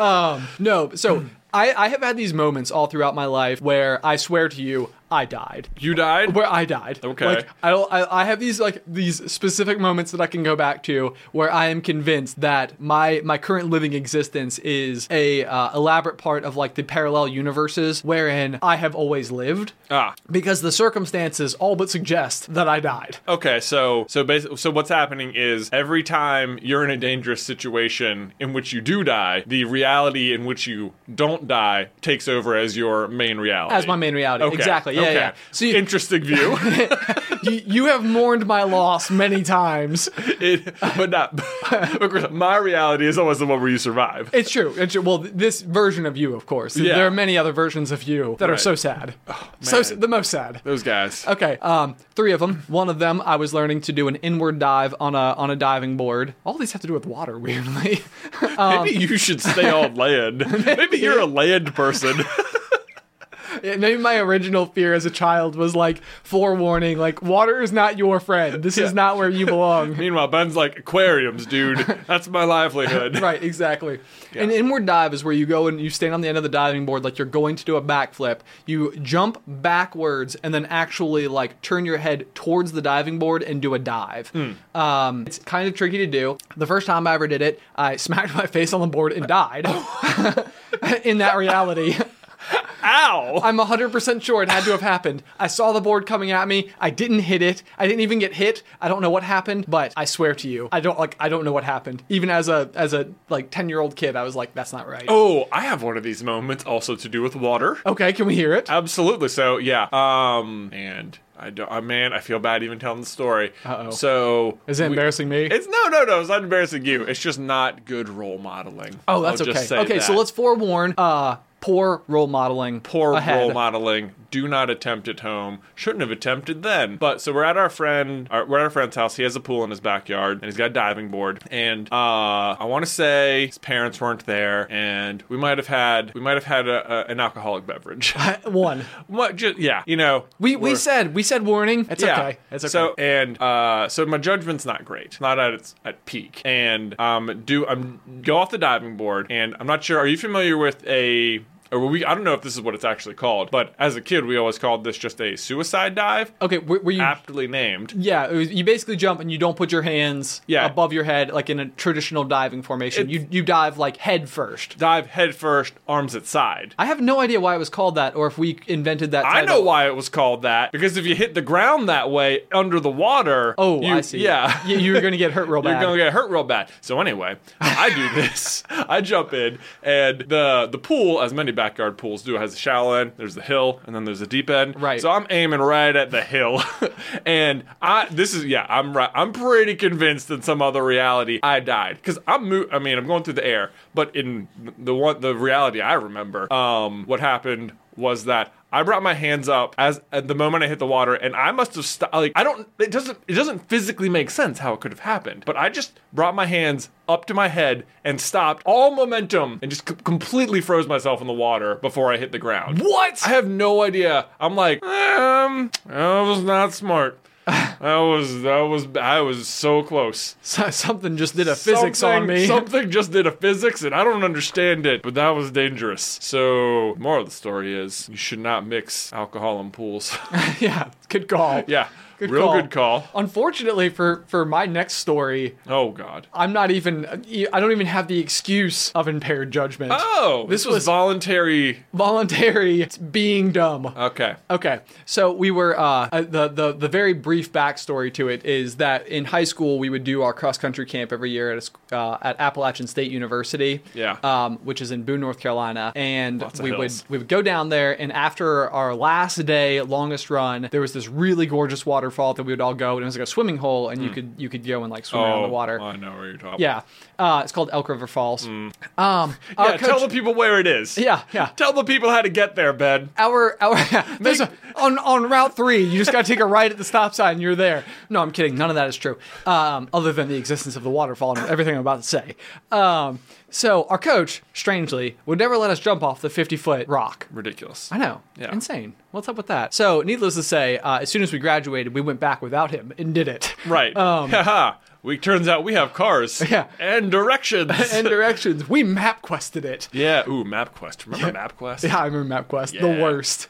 S1: um, no, so I, I have had these moments all throughout my life where I swear to you, I died.
S2: You died?
S1: Where I died.
S2: Okay.
S1: Like I, don't- I I have these like these specific moments that I can go back to where I am convinced that my my current living existence is a uh, elaborate part of like the parallel universes wherein I have always lived.
S2: Ah.
S1: Because the circumstances all but suggest that I died.
S2: Okay, so so basically, so what's happening is every time you're in a dangerous situation in which you do die, the reality in which you don't die takes over as your main reality.
S1: As my main reality.
S2: Okay,
S1: Exactly. Yeah,
S2: okay.
S1: yeah. So you,
S2: interesting view,
S1: [LAUGHS]
S2: [LAUGHS]
S1: you, you have mourned my loss many times.
S2: It- but not. [LAUGHS] of course, my reality is always the one where you survive.
S1: It's true. It's true. Well, th- this version of you, of course.
S2: Yeah.
S1: There are many other versions of you that are
S2: Right. Oh,
S1: so sad. so s-
S2: man.
S1: the most sad.
S2: Those guys.
S1: Okay, um, three of them. One of them, I was learning to do an inward dive on a on a diving board. All these have to do with water, [LAUGHS] weirdly. Um,
S2: Maybe you should
S1: [LAUGHS]
S2: stay on land. Maybe you're a land person. [LAUGHS]
S1: Yeah, Maybe my original fear as a child was like forewarning, like water is not your friend. This is not where you belong.
S2: Meanwhile, Ben's like aquariums, dude. That's my
S1: [LAUGHS]
S2: livelihood.
S1: right, exactly. An inward dive is where you go and you stand on the end of the diving board like you're going to do a backflip. You jump backwards and then actually like turn your head towards the diving board and do a dive. Um, it's kind of tricky to do. The first time I ever did it, I [LAUGHS] smacked my face on the board and died. [LAUGHS] In that reality.
S2: Ow!
S1: I'm 100% sure it had to have happened. I saw the board coming at me. I didn't hit it. I didn't even get hit. I don't know what happened, but I swear to you, I don't like I don't know what happened. Even as a as a like 10-year-old kid, I was like that's not right.
S2: Oh, I have one of these moments also to do with water.
S1: Okay, can we hear it?
S2: Oh, Absolutely. So yeah. Um, and I don't. Uh, man, I feel bad even telling the story.
S1: Uh-oh.
S2: So
S1: Is it
S2: we-
S1: embarrassing me?
S2: It's no, no, no. It's not embarrassing you. It's just not good role modeling.
S1: oh, that's
S2: I'll
S1: okay.
S2: just say
S1: okay, so
S2: that.
S1: let's forewarn uh poor role modeling.
S2: poor
S1: ahead.
S2: role modeling. Do not attempt at home. Shouldn't have attempted then. But so we're at our friend, our, we're at our friend's house. He has a pool in his backyard, and he's got a diving board. And uh, I want to say his parents weren't there, and we might have had we might have had a, a, an alcoholic
S1: [LAUGHS]
S2: beverage.
S1: One.
S2: what? Just, yeah, you know,
S1: We we
S2: we're-
S1: said we said warning. It's okay. It's okay.
S2: So and uh, so my judgment's not great, not at its at peak. And um, do I'm go off the diving board, and I'm not sure. Are you familiar with a? Or we, I don't know if this is what it's actually called, but as a kid, we always called this just a suicide dive,
S1: okay, were, were you
S2: aptly named.
S1: Yeah, it was, you basically jump and you don't put your hands
S2: Yeah.
S1: above your head like in a traditional diving formation. you you dive like head first.
S2: Dive head first, arms at side.
S1: I have no idea why it was called that, or if we invented that.
S2: I know
S1: title.
S2: why it was called that because if you hit the ground that way under the water,
S1: Oh,
S2: you-
S1: I see.
S2: Yeah,
S1: [LAUGHS] you, you're gonna get hurt real bad.
S2: [LAUGHS] You're gonna get hurt real bad. So anyway, I
S1: [LAUGHS]
S2: do this. I jump in, and the the pool, as many backyard pools do, has a shallow end. There's the hill, and then there's the deep end.
S1: Right.
S2: So I'm aiming right at the hill, [LAUGHS] and I this is yeah. I'm right. I'm pretty convinced in some other reality I died because I'm mo- I mean I'm going through the air, but in the one the reality I remember, um, what happened was that. I brought my hands up as at the moment I hit the water, and I must have stopped. Like I don't. It doesn't. It doesn't physically make sense how it could have happened. But I just brought my hands up to my head and stopped all momentum and just c- completely froze myself in the water before I hit the ground.
S1: What?
S2: I have no idea. I'm like, um, I was not [LAUGHS] smart. That was that was I was so close.
S1: [LAUGHS] So- something just did a physics on
S2: [LAUGHS] Something-
S1: me. [LAUGHS]
S2: Something just did a physics, and I don't understand it, but that was dangerous. So, moral of the story is you should not mix alcohol and pools. [LAUGHS]
S1: yeah, good call.
S2: yeah, real good call.
S1: Unfortunately for for my next story,
S2: Oh God.
S1: I'm not even I don't even have the excuse of impaired judgment.
S2: Oh,
S1: This
S2: this was
S1: was-
S2: voluntary.
S1: Voluntary it's being dumb.
S2: Okay.
S1: Okay, so we were uh, uh, the the the very brief backstory to it is that in high school we would do our cross country camp every year at a, sc- uh, at Appalachian State University,
S2: Yeah.
S1: um, which is in Boone, North Carolina, and
S2: Lots of
S1: we would
S2: hills.
S1: we would go down there, and after our last day longest run, there was this really gorgeous waterfall that we would all go, and it was like a swimming hole,
S2: Hmm.
S1: and you could you could go and like swim around the water.
S2: Oh, I know where you're talking.
S1: Yeah, uh, it's called Elk River Falls. Um,
S2: Hmm. Yeah.
S1: our
S2: tell
S1: coach-
S2: the people where it is.
S1: Yeah, yeah.
S2: Tell the people how to get there, Ben.
S1: our [LAUGHS] our
S2: [LAUGHS]
S1: there's a, on on route three you just gotta take a right at the stop sign and you're there no i'm kidding none of that is true um, other than the existence of the waterfall and everything i'm about to say um, so our coach strangely would never let us jump off the 50 foot rock
S2: Ridiculous.
S1: I know.
S2: Yeah.
S1: Insane. What's up with that? So, needless to say, uh, as soon as we graduated, we went back without him and did it.
S2: Right.
S1: [LAUGHS]
S2: [LAUGHS]
S1: Um,
S2: Haha. we turns out we have cars.
S1: [LAUGHS] Yeah.
S2: And directions.
S1: [LAUGHS] and directions. We map quested it.
S2: [LAUGHS] yeah. Ooh, MapQuest. Remember MapQuest?
S1: [LAUGHS] Yeah, I remember MapQuest.
S2: Yeah.
S1: The worst.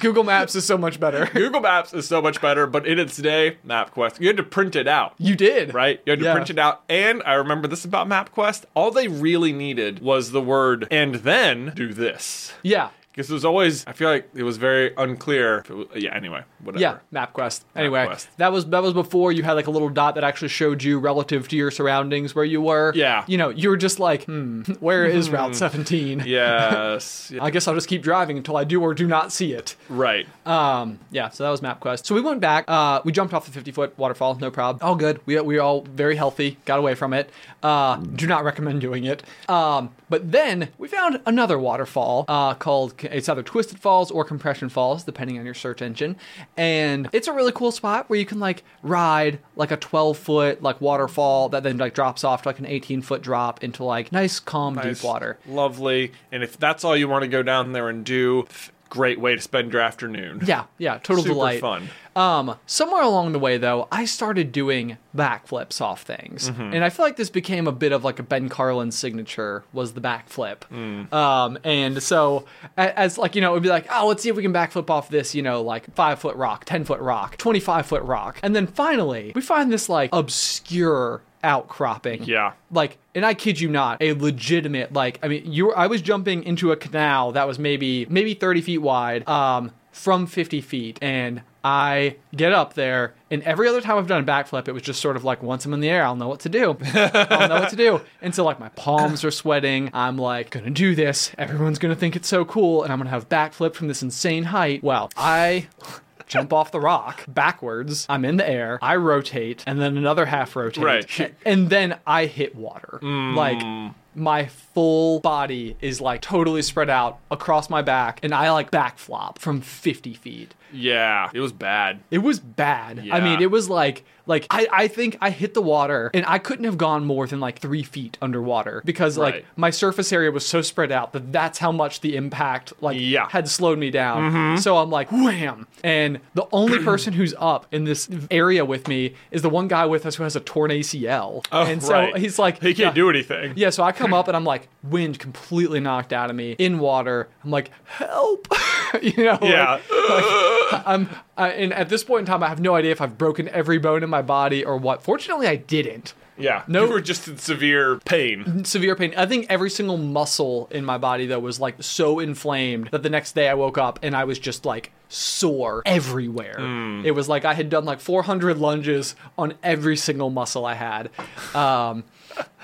S1: Google Maps is so much better.
S2: [LAUGHS] Google Maps is so much better, but in its day, MapQuest, you had to print it out.
S1: You [LAUGHS] did.
S2: [LAUGHS] Right? You had to
S1: Yeah.
S2: print it out. And I remember this about MapQuest. All they really needed was the word and then do this.
S1: Yeah.
S2: Because it was always, I feel like it was very unclear. if it was- yeah, anyway, whatever.
S1: Yeah, MapQuest. Anyway,
S2: MapQuest.
S1: that was that was before you had like a little dot that actually showed you relative to your surroundings where you were.
S2: Yeah.
S1: you know, you were just like, hmm, [LAUGHS] where is Route 17?
S2: Yes.
S1: [LAUGHS]
S2: Yeah,
S1: I guess I'll just keep driving until I do or do not see it.
S2: right.
S1: Um, yeah, so that was MapQuest. So we went back. Uh, we jumped off the 50 foot waterfall, no problem. All good. We, we were all very healthy, got away from it. Uh, do not recommend doing it. Um, but then we found another waterfall uh, called, it's either Twisted Falls or Compression Falls, depending on your search engine. And it's a really cool spot where you can like ride like a 12 foot like waterfall that then like drops off to like an 18 foot drop into like nice, calm, deep water.
S2: Lovely. And if that's all you want to go down there and do, f- great way to spend your afternoon.
S1: Yeah, yeah, total
S2: Super
S1: delight.
S2: fun.
S1: Um, somewhere along the way, though, I started doing backflips off things, and I feel like this became a bit of like a Ben Carlin signature was the backflip. Um, and so a- as like you know, it'd be like, oh, let's see if we can backflip off this, you know, like five foot rock, ten foot rock, twenty five foot rock, and then finally we find this like obscure outcropping.
S2: Yeah.
S1: Like, and I kid you not, a legitimate like I mean, you were, I was jumping into a canal that was maybe maybe 30 feet wide, um, from 50 feet, and I get up there, and every other time I've done a backflip, it was just sort of like once I'm in the air, I'll know what to do. I'll know what to do. And so like my palms are sweating. I'm like gonna do this. Everyone's gonna think it's so cool, and I'm gonna have backflip from this insane height. Well, I jump off the rock backwards. I'm in the air. I rotate, and then another half rotate.
S2: Right.
S1: a- And then I hit water. Like my full body is like totally spread out across my back, and I like backflop from 50 feet.
S2: Yeah. It was bad.
S1: It was bad. I
S2: Yeah.
S1: mean, it was like like I, I think I hit the water and I couldn't have gone more than like three feet underwater because like
S2: Right.
S1: my surface area was so spread out that that's how much the impact like
S2: Yeah. Mm-hmm.
S1: had slowed me down. So I'm like wham, and the
S2: [CLEARS THROAT]
S1: only person who's up in this area with me is the one guy with us who has a torn ACL,
S2: Oh,
S1: and so
S2: right.
S1: he's like
S2: he can't
S1: yeah.
S2: do anything.
S1: Yeah, so I come up and I'm like, wind completely knocked out of me in water. I'm like, help, [LAUGHS] you know?
S2: Yeah.
S1: like, I'm, Um, I, and at this point in time, I have no idea if I've broken every bone in my body or what. Fortunately, I didn't.
S2: Yeah.
S1: No-
S2: You were just in severe pain.
S1: Severe pain. I think every single muscle in my body though was like so inflamed that the next day I woke up and I was just like sore everywhere.
S2: Hmm.
S1: It was like I had done like 400 lunges on every single muscle I had. Um,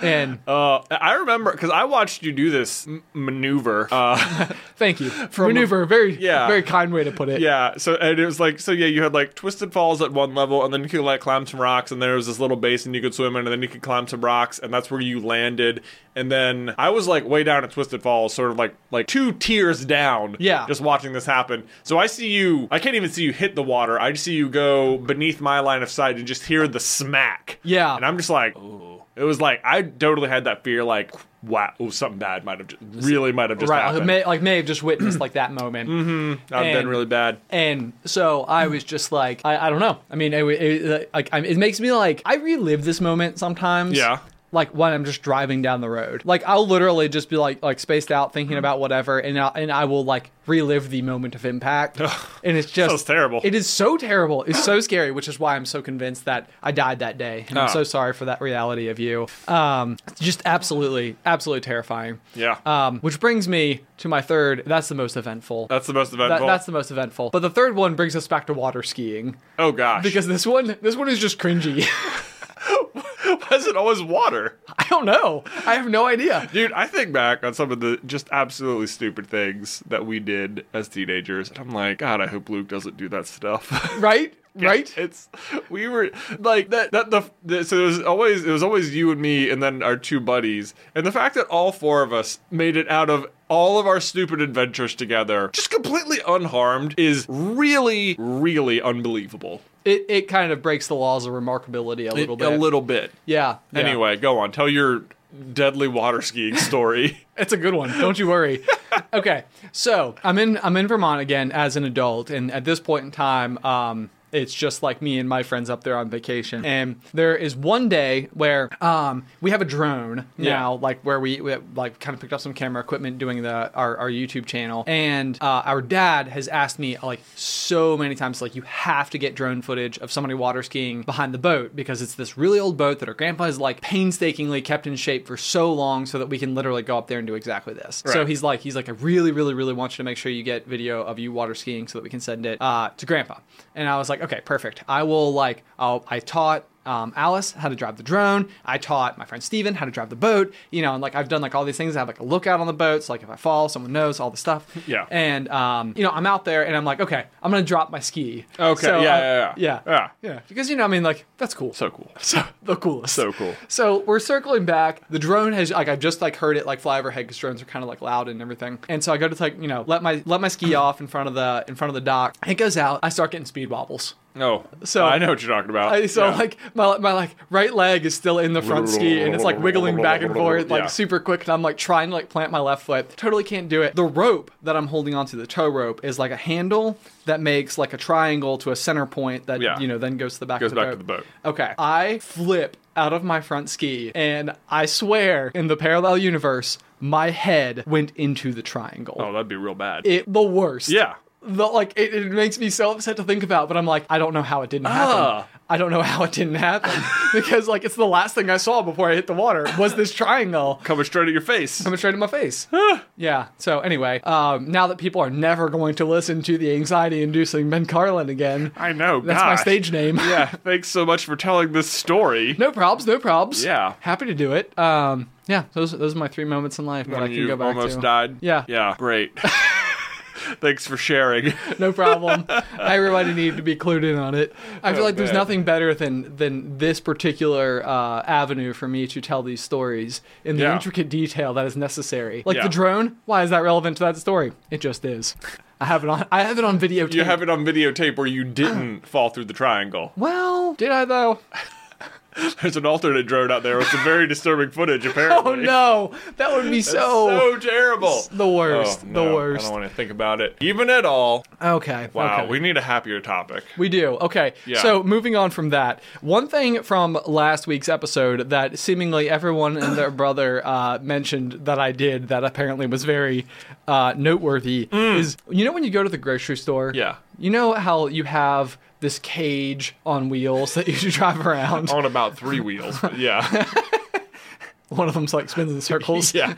S1: and
S2: [LAUGHS] Uh, I remember because I watched you do this m- maneuver. Uh,
S1: thank you for maneuver. Very,
S2: yeah.
S1: very kind way to put it.
S2: yeah. So and it was like so. Yeah, you had like twisted falls at one level, and then you could like climb some rocks, and there was this little basin you could swim in, and then you could climb some rocks, and that's where you landed. And then I was like way down at twisted falls, sort of like like two tiers down.
S1: Yeah.
S2: Just watching this happen. So I see you. I can't even see you hit the water. I just see you go beneath my line of sight and just hear the smack.
S1: Yeah.
S2: And I'm just like, oh. It was like I totally had that fear, like, wow, oh, something bad might have just, really might have just
S1: right. Like
S2: happened. Mm-hmm.
S1: may, like may have just witnessed like that
S2: [CLEARS THROAT]
S1: moment.
S2: I've done
S1: and-
S2: really bad.
S1: And so I was just like, I, I don't know. I mean, it, it, like, I, it makes me like, I relive this moment sometimes.
S2: Yeah.
S1: Like when I'm just driving down the road, like I'll literally just be like like spaced out,
S2: Mm-hmm.
S1: thinking about whatever, and I, and I will like relive the moment of impact, and it's just
S2: Sounds terrible.
S1: It is so terrible. It's so scary, which is why I'm so convinced that I died that day. And
S2: Oh.
S1: I'm so sorry for that reality of you. Um, it's just absolutely, absolutely terrifying.
S2: Yeah.
S1: Um, which brings me to my third. That's the most eventful.
S2: That's the most
S1: That,
S2: eventful.
S1: that's the most eventful. But the third one brings us back to water
S2: [LAUGHS]
S1: skiing
S2: oh gosh,
S1: because this one, this one is just cringy. [LAUGHS]
S2: [LAUGHS] why is it always water,
S1: I don't know. I have no idea.
S2: dude? I think back on some of the just absolutely stupid things that we did as teenagers, and I'm like, God, I hope Luke doesn't do that stuff. [LAUGHS]
S1: Right? Right?
S2: It's we were like that. That the, the so it was always it was always you and me, and then our two buddies, and the fact that all four of us made it out of all of our stupid adventures together, just completely unharmed, is really really unbelievable.
S1: It it kind of breaks the laws of remarkability a little bit.
S2: A little bit.
S1: Yeah. yeah.
S2: Anyway, go on. Tell your deadly water skiing story. [LAUGHS]
S1: It's a good one. Don't you worry. okay, so I'm in I'm in Vermont again as an adult, and at this point in time, um, it's just like me and my friends up there on vacation. And there is one day where um, we have a drone now, like where we, we like kind of picked up some camera equipment doing the our, our YouTube channel, and uh, our dad has asked me like so many times, like you have to get drone footage of somebody water skiing behind the boat because it's this really old boat that our grandpa has like painstakingly kept in shape for so long so that we can literally go up there and do exactly this. So
S2: Right.
S1: he's like, he's like, I really, really, really want you to make sure you get video of you water skiing so that we can send it uh, to grandpa. And I was like, okay, perfect. I will like, I'll, I taught. Um, Alice how to drive the drone. I taught my friend Steven how to drive the boat, you know, and like I've done like all these things. I have like a lookout on the boat. So like if I fall, someone knows all the stuff.
S2: [LAUGHS] Yeah.
S1: And, um, you know, I'm out there and I'm like, okay, I'm going to drop my ski.
S2: Okay,
S1: So,
S2: yeah,
S1: uh,
S2: yeah, yeah.
S1: yeah.
S2: Yeah.
S1: Yeah. Because you know, I mean, like that's cool.
S2: so cool.
S1: [LAUGHS] so the coolest.
S2: So cool.
S1: So we're circling back. The drone has like I've just like heard it like fly overhead because drones are kind of like loud and everything. And so I go to like you know let my let my
S2: Hmm.
S1: ski off in front of the in front of the dock. It goes out. I start getting speed wobbles.
S2: No.
S1: So-
S2: I know what you're talking about.
S1: I, so
S2: Yeah.
S1: like my my like right leg is still in the front ski and it's
S2: [LAUGHS]
S1: like wiggling back and forth like
S2: Yeah.
S1: super quick and I'm like trying to like plant my left foot. Totally can't do it. The rope that I'm holding onto the tow rope is like a handle that makes like a triangle to a center point that
S2: Yeah.
S1: you know then goes to the back
S2: Goes
S1: of the
S2: back
S1: boat.
S2: to the boat.
S1: Okay. I flip out of my front ski and I swear in the parallel universe my head went into the triangle.
S2: oh, that'd be real bad.
S1: It the worst
S2: yeah.
S1: the like it, it makes me so upset to think about but i'm like i don't know how it didn't happen
S2: Ah.
S1: i don't know how it didn't happen [LAUGHS] because like it's the last thing i saw before i hit the water was this triangle
S2: Coming straight at your face.
S1: coming straight in my
S2: [SIGHS]
S1: face yeah so anyway um, now that people are never going to listen to the anxiety inducing ben carlin again
S2: I know.
S1: that's my
S2: gosh.
S1: stage name
S2: [LAUGHS] yeah. Thanks so much for telling this story.
S1: [LAUGHS] no probs no probs
S2: Yeah.
S1: happy to do it um, yeah those, those are my three moments in life that
S2: When
S1: i can
S2: you
S1: go back
S2: almost
S1: to
S2: died.
S1: Yeah.
S2: Yeah.
S1: [LAUGHS]
S2: Great. [LAUGHS] thanks for sharing.
S1: no problem. Everybody needed to be clued in on it. I feel like there's
S2: Oh, man.
S1: nothing better than than this particular uh, avenue for me to tell these stories in the
S2: Yeah.
S1: intricate detail that is necessary. Like
S2: Yeah.
S1: the drone, why is that relevant to that story? It just is. I have it on. I have it on video.
S2: You have it on videotape where you
S1: [GASPS]
S2: didn't fall through the triangle.
S1: Well, did I though?
S2: [LAUGHS] There's an alternate drone out there with some very disturbing footage, apparently.
S1: [LAUGHS] Oh no, that would be so.
S2: [LAUGHS] So terrible.
S1: the worst.
S2: Oh,
S1: The
S2: no, I
S1: worst.
S2: don't want to think about it. Even at all.
S1: Okay.
S2: Wow,
S1: okay.
S2: we need a happier topic.
S1: We do. Okay.
S2: Yeah.
S1: So moving on from that, one thing from last week's episode that seemingly everyone and
S2: [CLEARS THROAT]
S1: their brother uh, mentioned that I did that apparently was very uh, noteworthy is you know when you go to the grocery store.
S2: Hmm. Yeah.
S1: You know how you have this cage on wheels that you [LAUGHS] should drive around.
S2: on about
S1: [LAUGHS]
S2: three wheels. But yeah, [LAUGHS]
S1: One of them's like spins in circles.
S2: yeah.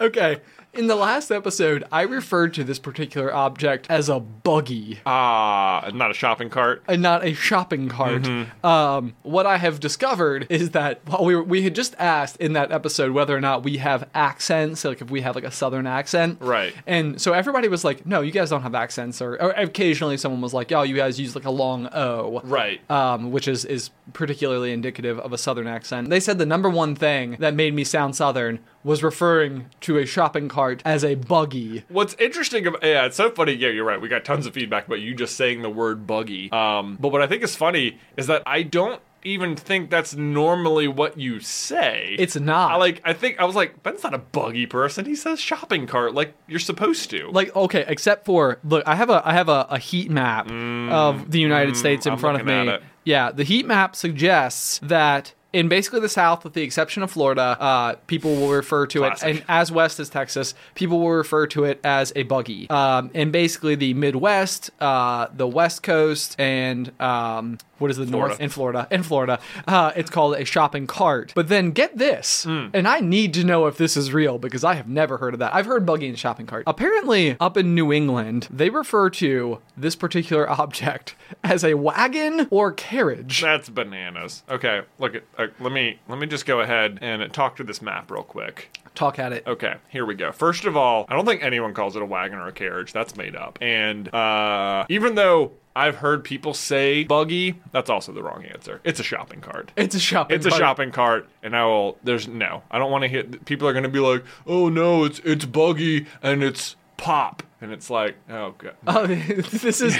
S1: Okay. In the last episode, I referred to this particular object as a buggy
S2: Ah, not a shopping cart.
S1: and not a shopping cart.
S2: Mm-hmm.
S1: Um, what I have discovered is that while we were, we had just asked in that episode whether or not we have accents, like if we have like a southern accent,
S2: Right.
S1: And so everybody was like, "No, you guys don't have accents," or, or occasionally someone was like, "Oh, you guys use like a long O,"
S2: Right.
S1: Um, which is is particularly indicative of a southern accent. They said the number one thing that made me sound southern was referring to a shopping cart as a buggy.
S2: What's interesting about yeah, it's so funny. Yeah, you're right. We got tons of feedback about you just saying the word buggy. Um, but what I think is funny is that I don't even think that's normally what you say.
S1: It's not.
S2: I like I think I was like Ben's not a buggy person. He says shopping cart like you're supposed to.
S1: like okay except for look i have a i have a, a heat map of the united states in
S2: Mm, I'm
S1: front of
S2: looking at
S1: me
S2: it.
S1: yeah the heat map suggests that in basically the south with the exception of florida uh, people will refer to
S2: Classic.
S1: it and as west as texas people will refer to it as a buggy um, and basically the midwest uh, the west coast and um, what is the north in florida in florida uh, it's called a shopping cart but then get this
S2: Mm.
S1: and i need to know if this is real because i have never heard of that i've heard buggy and shopping cart apparently up in new england they refer to this particular [LAUGHS] object as a wagon or carriage
S2: that's bananas. Okay, look at uh, let me let me just go ahead and talk to this map real quick.
S1: talk at it
S2: Okay, here we go. First of all, I don't think anyone calls it a wagon or a carriage. That's made up. And uh, even though I've heard people say buggy, that's also the wrong answer. It's a shopping cart.
S1: it's a shopping
S2: It's a
S1: cart. [LAUGHS]
S2: shopping cart, and I will. There's no. I don't want to hit. People are going to be like, "Oh no, it's it's buggy and it's pop," and it's like, "Oh god."
S1: Oh, this
S2: [LAUGHS]
S1: is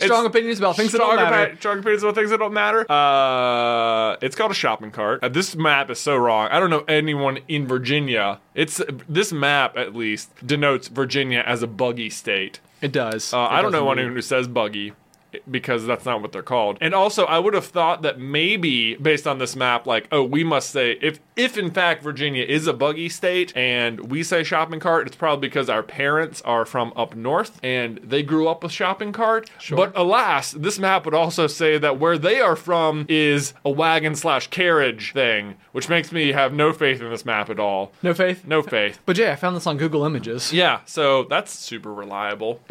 S1: strong opinions about things that don't
S2: Strong
S1: matter.
S2: opi- strong opinions about things that don't matter. Uh, it's called a shopping cart. Uh, this map is so wrong. I don't know anyone in Virginia. It's this map at least denotes Virginia as a buggy state.
S1: It does.
S2: Uh,
S1: It
S2: I don't
S1: does
S2: know
S1: indeed.
S2: anyone who says buggy because that's not what they're called. And also, I would have thought that maybe based on this map, like, oh, we must say if if in fact Virginia is a buggy state and we say shopping cart, it's probably because our parents are from up north and they grew up with shopping cart. But alas, this map would also say that where they are from is a wagon slash carriage thing, which makes me have no faith in this map at all.
S1: No faith.
S2: No faith.
S1: But Jay, I found this on Google Images.
S2: Yeah, so that's super reliable.
S1: [LAUGHS]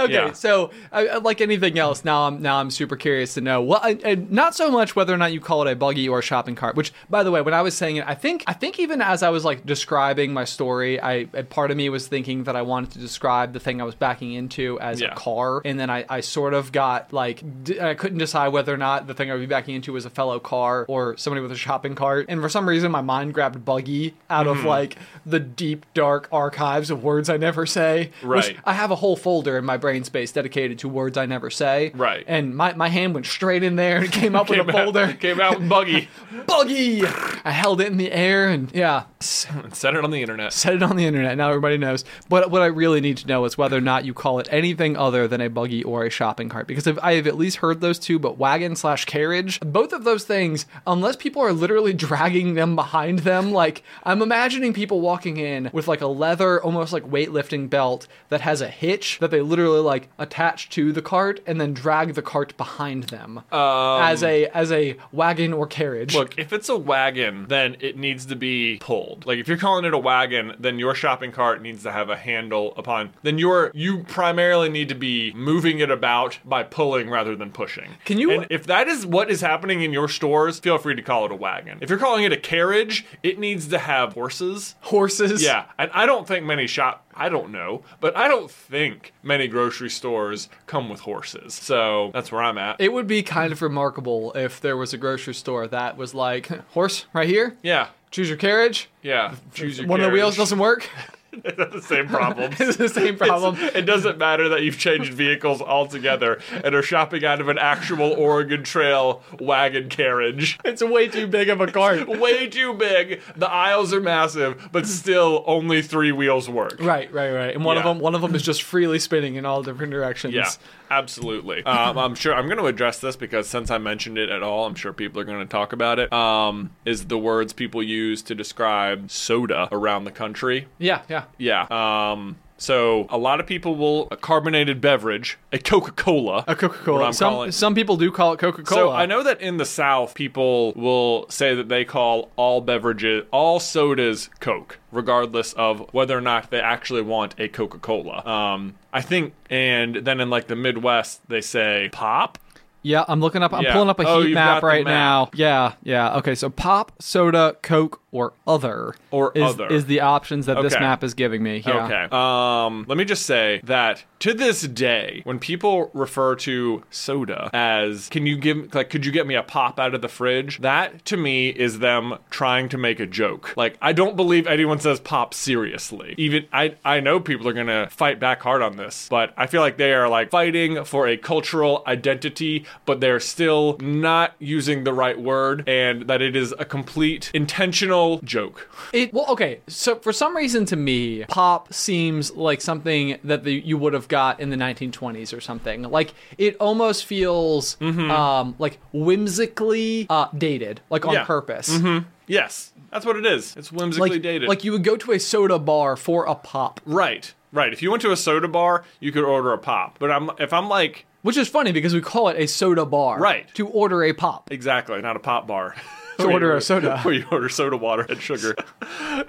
S1: Okay,
S2: Yeah.
S1: so I, I- like anything else, now I'm now I'm super curious to know. Well, I, I, not so much whether or not you call it a buggy or a shopping cart. Which, by the way, when I was saying it, I think I think even as I was like describing my story, I a part of me was thinking that I wanted to describe the thing I was backing into as
S2: Yeah.
S1: a car, and then I, I sort of got like d- I couldn't decide whether or not the thing I would be backing into was a fellow car or somebody with a shopping cart, and for some reason my mind grabbed buggy out
S2: Mm-hmm.
S1: of like the deep dark archives of words I never say. which
S2: Right.
S1: I have a whole folder in my brain space dedicated to words I never say.
S2: Right.
S1: And my, my hand went straight in there and came up
S2: [LAUGHS]
S1: with a [LAUGHS] folder.
S2: came out
S1: [LAUGHS]
S2: buggy.
S1: Buggy! I held it in the air and yeah, s-
S2: and set it on the internet.
S1: said it on the internet. Now everybody knows. But what I really need to know is whether or not you call it anything other than a buggy or a shopping cart. Because if I have at least heard those two, but wagon slash carriage, both of those things, unless people are literally [LAUGHS] dragging them behind them, like I'm imagining people walking in with like a leather, almost like weightlifting belt that has a hitch that they literally like attach to the cart and then drag the cart behind them as a as a wagon or carriage.
S2: Um, Look, if it's a wagon, then it needs to be pulled. Like if you're calling it a wagon, then your shopping cart needs to have a handle upon. Then your you primarily need to be moving it about by pulling rather than pushing.
S1: Can you-
S2: And if that is what is happening in your stores, feel free to call it a wagon. If you're calling it a carriage, it needs to have horses.
S1: horses.
S2: Yeah, and I don't think many shop. I don't know, but I don't think many grocery stores come with horses. So that's where I'm at.
S1: It would be kind of remarkable if there was a grocery store that was like, horse right here,
S2: yeah,
S1: choose your carriage.
S2: yeah. Choose your
S1: One of the wheels
S2: carriage.
S1: doesn't work. [LAUGHS]
S2: the same problems.
S1: it's the same problem.
S2: [LAUGHS] It doesn't matter that you've changed vehicles altogether and are shopping out of an actual Oregon Trail wagon carriage.
S1: It's way too big of a cart.
S2: Way too big. The aisles are massive, but still only three wheels work.
S1: Right, right, right. And one of
S2: Yeah.
S1: them, one of them is just freely spinning in all different directions.
S2: Yeah, absolutely. Um, I'm sure I'm going to address this because since I mentioned it at all, I'm sure people are going to talk about it. Um, is the words people use to describe soda around the country?
S1: yeah, yeah.
S2: Yeah. Um, So a lot of people will a carbonated beverage, a Coca Cola,
S1: A Coca Cola. Some some people do call it Coca Cola.
S2: so I know that in the South, people will say that they call all beverages, all sodas, Coke, regardless of whether or not they actually want a Coca Cola. Um, I think, and then in like the Midwest, they say pop.
S1: Yeah, I'm looking up. I'm
S2: Yeah.
S1: pulling up a
S2: Oh,
S1: heat
S2: you've
S1: map
S2: got the
S1: right
S2: map.
S1: now. Yeah, yeah. Okay, so pop, soda, Coke, or other,
S2: Or
S1: is,
S2: other.
S1: is the options that this
S2: Okay.
S1: map is giving me. Yeah.
S2: Okay. Um, let me just say that to this day, when people refer to soda as "Can you give like Could you get me a pop out of the fridge?" that to me is them trying to make a joke. Like I don't believe anyone says pop seriously. Even I I know people are gonna fight back hard on this, but I feel like they are like fighting for a cultural identity, but they're still not using the right word, and that it is a complete intentional joke.
S1: It well, okay. So for some reason, to me, pop seems like something that the, you would have got in the 1920s or something. Like it almost feels
S2: Mm-hmm.
S1: um, like whimsically uh, dated, like on
S2: Yeah.
S1: purpose.
S2: Yes, that's what it is. It's whimsically
S1: Like,
S2: dated.
S1: like you would go to a soda bar for a pop,
S2: right, right. If you went to a soda bar, you could order a pop. But I'm if I'm like
S1: which is funny because we call it a soda bar,
S2: Right.
S1: To order a pop,
S2: exactly not a pop bar.
S1: [LAUGHS] To
S2: Where
S1: order
S2: you-
S1: a soda.
S2: [LAUGHS] Where you order soda water
S1: [LAUGHS]
S2: and sugar.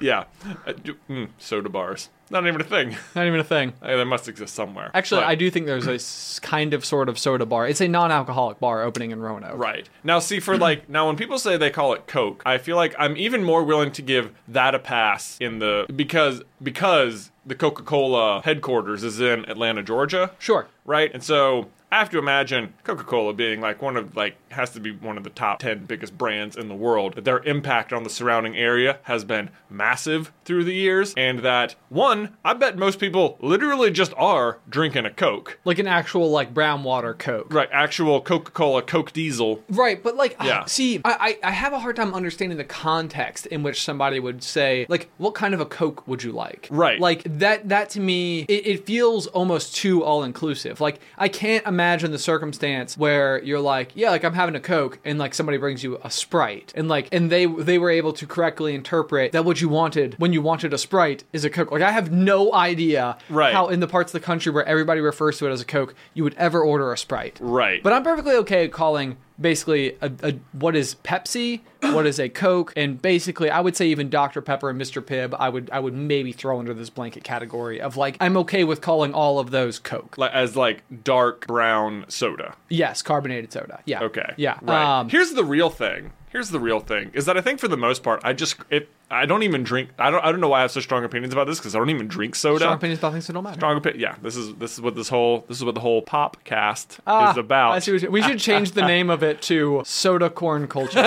S2: yeah, I do- mm, soda bars. Not even a thing. [LAUGHS]
S1: not even a thing.
S2: Hey, They must exist somewhere.
S1: Actually,
S2: But-
S1: I do think there's a s- kind of sort of soda bar. It's a non-alcoholic bar opening in Roanoke.
S2: Right. Now, see, for like, now when people say they call it Coke, I feel like I'm even more willing to give that a pass in the, because, because the Coca Cola headquarters is in Atlanta, Georgia.
S1: Sure.
S2: Right. And so I have to imagine Coca Cola being like one of, like, has to be one of the top 10 biggest brands in the world. That their impact on the surrounding area has been massive through the years. And that, one, I bet most people literally just are drinking a Coke.
S1: Like an actual like brown water Coke.
S2: Right. Actual Coca Cola, Coke Diesel.
S1: Right, but like,
S2: Yeah.
S1: see, I, I I have a hard time understanding the context in which somebody would say, like, what kind of a Coke would you like?
S2: Right.
S1: Like that that to me, it, it feels almost too all inclusive. Like I can't imagine the circumstance where you're like, yeah, like I'm having a Coke, and like somebody brings you a Sprite, and like, and they they were able to correctly interpret that what you wanted when you wanted a Sprite is a Coke. Like I have no idea
S2: Right.
S1: how in the parts of the country where everybody refers to it as a Coke, you would ever order a Sprite.
S2: Right.
S1: But I'm perfectly okay calling basically a, a what is
S2: [CLEARS THROAT]
S1: Pepsi, what is a Coke, and basically I would say even Dr Pepper and Mr Pibb. I would I would maybe throw under this blanket category of like I'm okay with calling all of those Coke.
S2: like as like dark brown soda.
S1: Yes, carbonated soda. Yeah.
S2: Okay.
S1: Yeah.
S2: Right.
S1: Um,
S2: Here's the real thing. Here's the real thing is that I think for the most part I just it, I don't even drink. I don't I don't know why I have such strong opinions about this because I don't even drink soda.
S1: strong opinions about things that don't matter.
S2: Strong opi- Yeah. This is this is what this whole this is what the whole pop cast
S1: Ah,
S2: is about.
S1: I see what you- we should change
S2: [LAUGHS]
S1: the name of it to soda corn culture.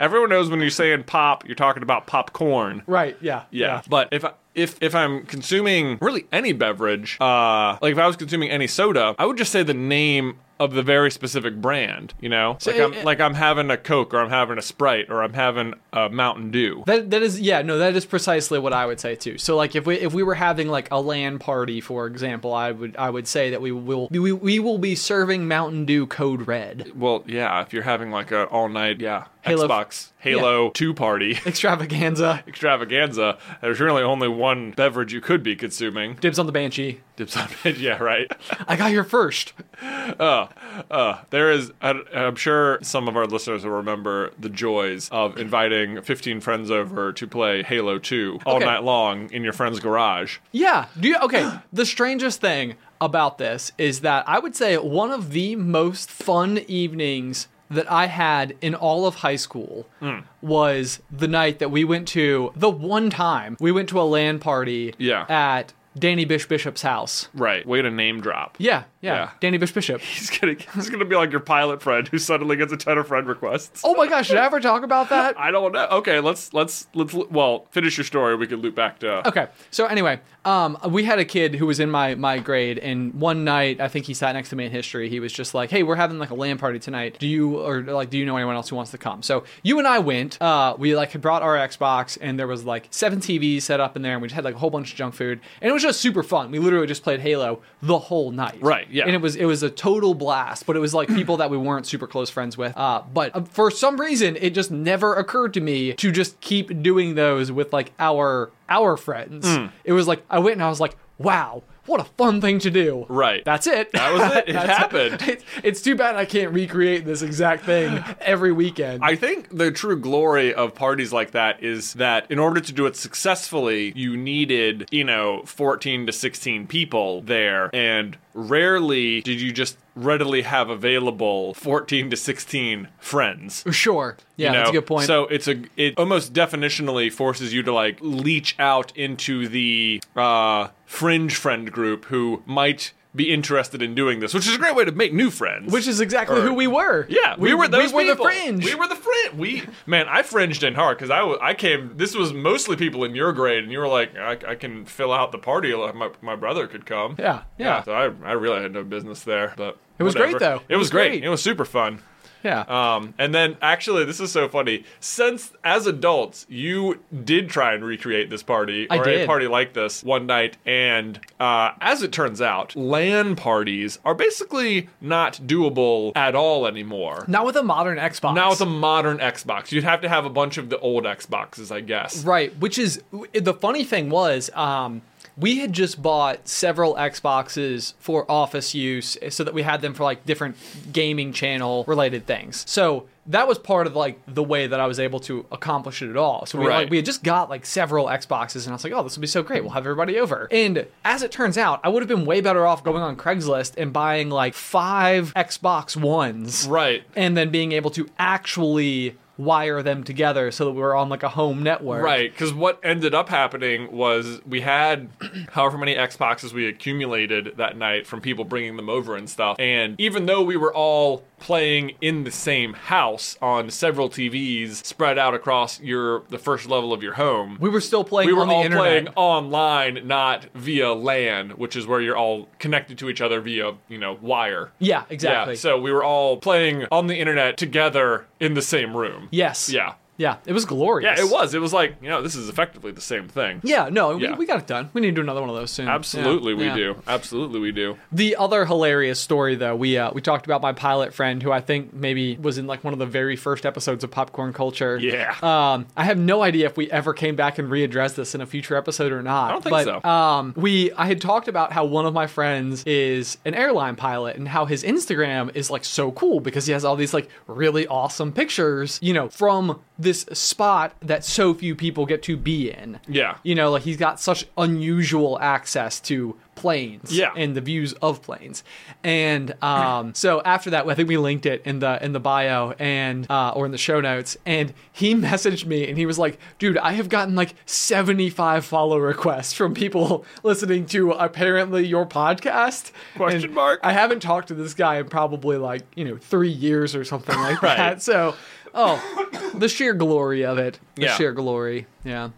S2: Everyone knows when you're saying pop, you're talking about popcorn.
S1: right. Yeah.
S2: Yeah. But if I, if if I'm consuming really any beverage, uh, like if I was consuming any soda, I would just say the name of the very specific brand. You know, like I'm like I'm having a Coke or I'm having a Sprite or I'm having a Mountain Dew.
S1: That that is yeah no that is precisely what I would say too. So like if we if we were having like a LAN party for example, I would I would say that we will we, we will be serving Mountain Dew Code Red
S2: well, yeah, if you're having like an all night yeah
S1: Halo-
S2: Xbox Halo Two party. [LAUGHS]
S1: extravaganza.
S2: Extravaganza. There's really only one beverage you could be consuming. [LAUGHS]
S1: Dibs on the Banshee.
S2: Dips on it. Yeah, right.
S1: I got here first.
S2: Uh, uh, there is, I, I'm sure some of our listeners will remember the joys of inviting 15 friends over to play Halo 2 all
S1: Okay.
S2: night long in your friend's garage.
S1: Yeah. Do you okay? [GASPS] the strangest thing about this is that I would say one of the most fun evenings that I had in all of high school
S2: Hmm.
S1: was the night that we went to the one time we went to a LAN party
S2: Yeah.
S1: at Danny Bish Bishop's house.
S2: Right. Way to name drop.
S1: Yeah, yeah.
S2: Yeah.
S1: Danny Bish Bishop.
S2: [LAUGHS] He's gonna, he's gonna be like your pilot friend who suddenly gets a ton of friend requests.
S1: Oh my gosh, did I ever talk about that?
S2: I don't know. Okay, let's let's let's well finish your story. We can loop back
S1: [LAUGHS]
S2: to.
S1: Okay. So anyway, um, we had a kid who was in my my grade, and one night I think he sat next to me in history. He was just like, "Hey, we're having like a land party tonight. Do you or like do you know anyone else who wants to come?" So you and I went. Uh, we like had brought our Xbox, and there was like seven TVs set up in there, and we just had like a whole bunch of junk food, and it was which was super fun. We literally just played Halo the whole night.
S2: Right, yeah.
S1: And it was it was a total blast, but it was like people that we weren't super close friends with. Uh, but uh, for some reason, it just never occurred to me to just keep doing those with like our our friends.
S2: Mm.
S1: It was like I went and I was like, wow. What a fun thing to do.
S2: Right.
S1: That's it. [LAUGHS]
S2: That was [LAUGHS] it. It
S1: That's
S2: happened.
S1: It's, it's too bad I can't recreate this exact thing every weekend.
S2: I think the true glory of parties like that is that in order to do it successfully, you needed, you know, 14 to 16 people there, and rarely did you just readily have available 14 to 16 friends.
S1: sure. [LAUGHS] Yeah,
S2: you
S1: that's a
S2: know?
S1: good point.
S2: So it's a it almost definitionally forces you to like leech out into the uh, fringe friend group who might be interested in doing this, which is a great way to make new friends.
S1: which is exactly who we were.
S2: Yeah, we, were those
S1: we were
S2: people.
S1: the fringe.
S2: We were the fringe. We man, I fringed in hard because I wa- I came. This was mostly people in your grade, and you were like, I, I can fill out the party. like My my brother could come.
S1: Yeah, yeah.
S2: So I I really had no business there, but
S1: It was
S2: whatever.
S1: great, though.
S2: It, was great. It was super fun.
S1: yeah.
S2: Um, and then actually, this is so funny. Since as adults, you did try and recreate this party
S1: I
S2: or a
S1: did.
S2: party like this one night, and uh, as it turns out, LAN parties are basically not doable at all anymore.
S1: Not with a modern Xbox.
S2: Now it's a modern Xbox. You'd have to have a bunch of the old Xboxes, I guess.
S1: right. Which is the funny thing was, um, we had just bought several Xboxes for office use, so that we had them for like different gaming channel related things. So that was part of like the way that I was able to accomplish it at all. So we
S2: Right.
S1: like we had just got like several Xboxes, and I was like, oh, this will be so great. We'll have everybody over. And as it turns out, I would have been way better off going on Craigslist and buying like five Xbox Ones.
S2: Right.
S1: and then being able to actually wire them together so that we were on like a home network.
S2: Right, because what ended up happening was we had [CLEARS THROAT] however many Xboxes we accumulated that night from people bringing them over and stuff. And even though we were all playing in the same house on several TVs spread out across your the first level of your home,
S1: We were still playing
S2: we were
S1: on the
S2: all
S1: internet.
S2: playing online, not via LAN, which is where you're all connected to each other via you know wire.
S1: yeah, exactly.
S2: Yeah, so we were all playing on the internet together in the same room.
S1: yes.
S2: Yeah.
S1: Yeah. It was glorious.
S2: Yeah, it was. It was like, you know, this is effectively the same thing.
S1: Yeah, no,
S2: Yeah.
S1: We, we got it done. We need to do another one of those soon.
S2: Absolutely
S1: Yeah,
S2: we
S1: yeah.
S2: do. Absolutely we do.
S1: The other hilarious story though, we uh, we talked about my pilot friend who I think maybe was in like one of the very first episodes of Popcorn Culture.
S2: Yeah.
S1: Um, I have no idea if we ever came back and readdressed this in a future episode or not. I
S2: don't think
S1: but,
S2: so.
S1: Um, we I had talked about how one of my friends is an airline pilot and how his Instagram is like so cool because he has all these like really awesome pictures, you know, from this spot that so few people get to be in.
S2: Yeah.
S1: You know, like he's got such unusual access to planes
S2: Yeah.
S1: and the views of planes and um so after that i think we linked it in the in the bio and uh or in the show notes and he [LAUGHS] messaged me and he was like dude i have gotten like 75 follow requests from people [LAUGHS] listening to apparently your podcast
S2: Question
S1: And
S2: mark?
S1: i haven't talked to this guy in probably like you know three years or something like
S2: [LAUGHS] Right.
S1: that so oh the sheer glory of it the
S2: Yeah.
S1: sheer glory yeah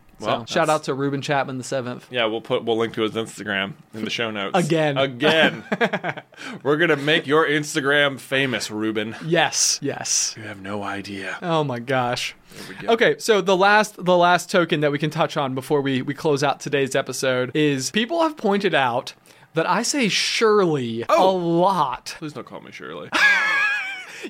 S1: so
S2: Well,
S1: shout
S2: that's-
S1: out to ruben chapman the seventh
S2: Yeah, we'll put we'll link to his Instagram in the show notes.
S1: Again. [LAUGHS]
S2: Again. We're gonna make your Instagram famous, Ruben.
S1: yes yes
S2: You have no idea.
S1: Oh my gosh. Okay, so the last the last token that we can touch on before we we close out today's episode is people have pointed out that I say surely a lot.
S2: Please don't call me Shirley.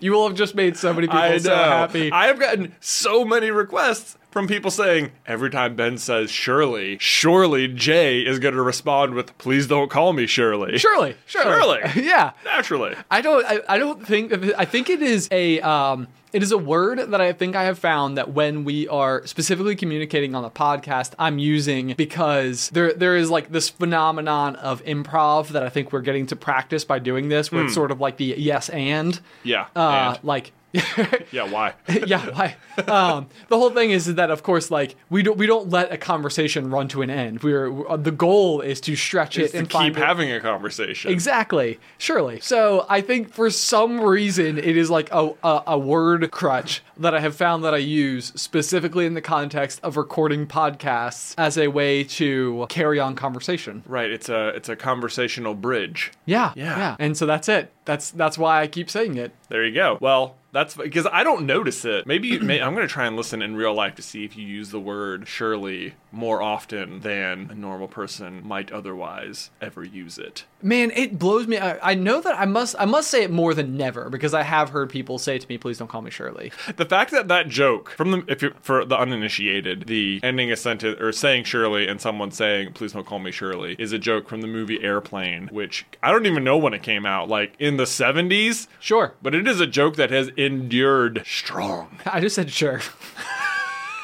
S1: You will have just made so many people
S2: I
S1: so
S2: know.
S1: happy.
S2: I have gotten so many requests from people saying every time Ben says Shirley, surely Jay is gonna respond with, please don't call me Shirley.
S1: surely, surely.
S2: Surely.
S1: [LAUGHS] yeah.
S2: Naturally.
S1: I don't I, I don't think of it- I think it is a um it is a word that I think I have found that when we are specifically communicating on the podcast, I'm using because there there is like this phenomenon of improv that I think we're getting to practice by doing this, where it's sort of like the yes and
S2: Hmm. Yeah.
S1: uh
S2: and-
S1: like [LAUGHS]
S2: yeah, why?
S1: yeah, why? Um, the whole thing is that, of course, like we don't we don't let a conversation run to an end. We're uh, the goal is to stretch
S2: Just
S1: it
S2: to
S1: and
S2: keep
S1: find it-
S2: having a conversation.
S1: Exactly. Surely. So I think for some reason it is like a, a a word crutch that I have found that I use specifically in the context of recording podcasts as a way to carry on conversation.
S2: Right, it's a it's a conversational bridge.
S1: Yeah.
S2: Yeah.
S1: And so that's it. That's that's why I keep saying it.
S2: There you go. Well, That's because I don't notice it. Maybe may, I'm gonna try and listen in real life to see if you use the word surely more often than a normal person might otherwise ever use it.
S1: Man, it blows me. I, I know that I must. I must say it more than never because I have heard people say to me, "Please don't call me Shirley." [LAUGHS]
S2: The fact that that joke from the if you're, for the uninitiated, the ending a sentence or saying Shirley and someone saying please don't call me Shirley is a joke from the movie Airplane, which I don't even know when it came out, like in the 70s,
S1: Sure,
S2: but it is a joke that has endured strong.
S1: I just said sure. [LAUGHS]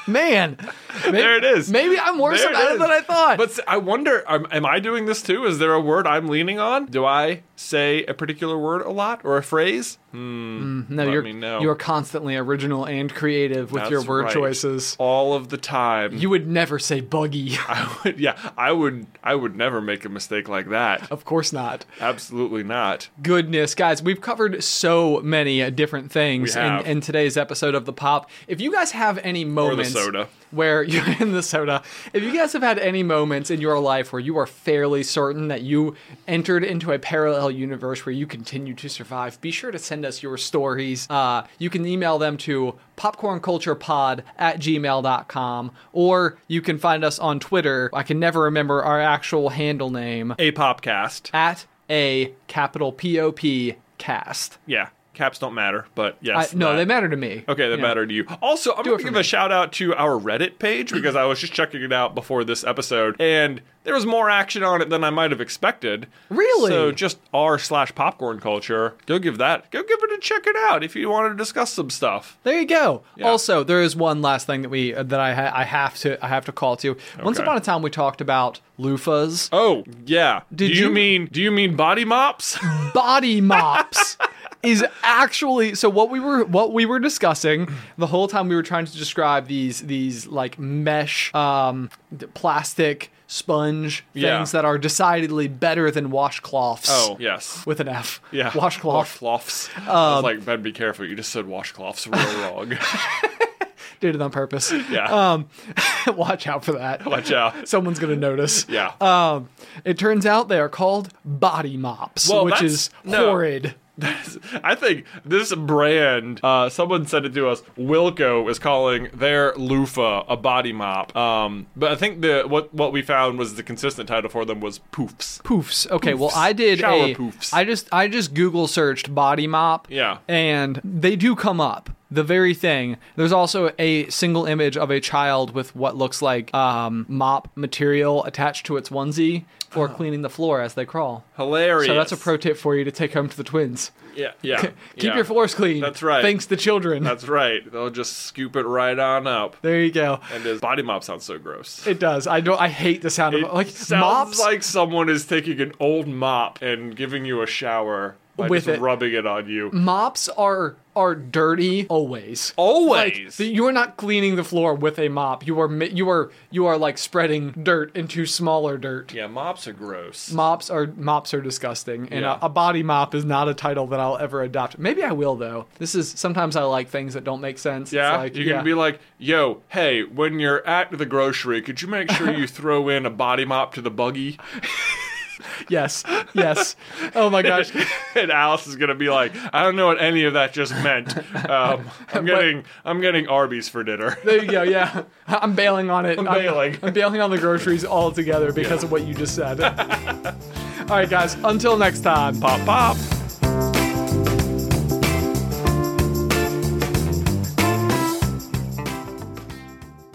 S1: Man, may-
S2: There it is.
S1: Maybe I'm worse
S2: There
S1: at
S2: it
S1: it
S2: is.
S1: than I thought.
S2: But s- I wonder, am, am I doing this too? Is there a word I'm leaning on? Do I say a particular word a lot or a phrase?
S1: no,
S2: let
S1: you're
S2: me know.
S1: you're constantly original and creative with your
S2: That's
S1: word
S2: right.
S1: choices.
S2: all of the time.
S1: You would never say buggy. [LAUGHS]
S2: I would, yeah, I would. I would never make a mistake like that.
S1: of course not.
S2: Absolutely not.
S1: goodness, guys, we've covered so many uh, different things
S2: We
S1: in,
S2: have.
S1: in today's episode of the Pop. If you guys have any moments
S2: soda.
S1: where [LAUGHS] you're in the soda, if you guys have had any moments in your life where you are fairly certain that you entered into a parallel universe where you continue to survive, be sure to send us your stories. Uh, you can email them to popcornculturepod at gmail.com or you can find us on Twitter. I can never remember our actual handle name
S2: A popcast.
S1: at a capital P O P cast.
S2: Yeah, caps don't matter, but
S1: I,
S2: yes.
S1: no,
S2: that-
S1: they matter to me.
S2: Okay, that
S1: Yeah.
S2: matter to you. Also, I'm
S1: Do
S2: going
S1: it
S2: to
S1: for
S2: give
S1: me.
S2: a shout out to our Reddit page because I was just checking it out before this episode, and there was more action on it than I might have expected.
S1: Really?
S2: So just r slash popcorn culture. Go give that. Go give it a check it out if you want to discuss some stuff.
S1: There you go.
S2: Yeah.
S1: Also, there is one last thing that we that I ha- I have to I have to call to. Once
S2: Okay.
S1: upon a time, we talked about loofahs,
S2: Oh yeah.
S1: Did
S2: do you,
S1: you-
S2: mean? Do you mean body mops?
S1: body
S2: [LAUGHS]
S1: mops. Is actually so what we were what we were discussing the whole time we were trying to describe these these like mesh um d- plastic sponge things
S2: Yeah.
S1: that are decidedly better than washcloths.
S2: oh yes.
S1: with an F.
S2: Yeah.
S1: washcloth.
S2: Washcloths. I
S1: Um,
S2: was like, Ben, be careful. You just said washcloths
S1: [LAUGHS]
S2: real wrong. [LAUGHS]
S1: Did it on purpose. Uh,
S2: yeah.
S1: Um, [LAUGHS] Watch out for that.
S2: Watch out.
S1: Someone's gonna notice.
S2: Yeah.
S1: Um, it turns out they are called body mops,
S2: Well,
S1: which
S2: that's-
S1: is
S2: no.
S1: horrid.
S2: I think this brand, uh, someone sent it to us. Wilco is calling their loofah a body mop. Um, but I think the what what we found was the consistent title for them was poofs.
S1: Poofs. Okay, well I did
S2: Shower
S1: a-
S2: poofs.
S1: I just I just Google searched body mop.
S2: Yeah.
S1: And they do come up. The very thing. There's also a single image of a child with what looks like um, mop material attached to its onesie for cleaning the floor as they crawl.
S2: Oh. Hilarious.
S1: So that's a pro tip for you to take home to the twins.
S2: Yeah,
S1: [LAUGHS]
S2: yeah.
S1: Keep
S2: yeah.
S1: your floors clean.
S2: That's right.
S1: Thanks to children.
S2: That's right. They'll just scoop it right on up.
S1: there you go.
S2: And his body mop sounds so gross.
S1: It does. I don't. I hate the sound
S2: It
S1: of like
S2: sounds
S1: mops.
S2: like someone is taking an old mop and giving you a shower by
S1: With
S2: just
S1: it.
S2: rubbing it on you.
S1: mops are are dirty always.
S2: Always.
S1: Like, the- you are not cleaning the floor with a mop. You are mi- you are you are like spreading dirt into smaller dirt.
S2: yeah, mops are gross.
S1: Mops are mops are disgusting, and
S2: Yeah.
S1: a, a body mop is not a title that I'll ever adopt. Maybe I will though. This is sometimes I like things that don't make sense. It's
S2: Yeah,
S1: like,
S2: you can
S1: yeah.
S2: be like, "Yo, hey, when you're at the grocery, could you make
S1: [LAUGHS]
S2: sure you throw in a body mop to the buggy?" [LAUGHS]
S1: yes, yes. Oh
S2: [LAUGHS]
S1: my gosh,
S2: and Alice is gonna be like, "I don't know what any of that just
S1: [LAUGHS]
S2: meant. Um, I'm getting, I'm getting Arby's for
S1: [LAUGHS]
S2: dinner."
S1: There you go. Yeah, I'm bailing on it. I'm
S2: bailing.
S1: I'm, bailing on the groceries [LAUGHS] altogether because of what you just said. All right, guys. Until next time.
S2: Pop, pop.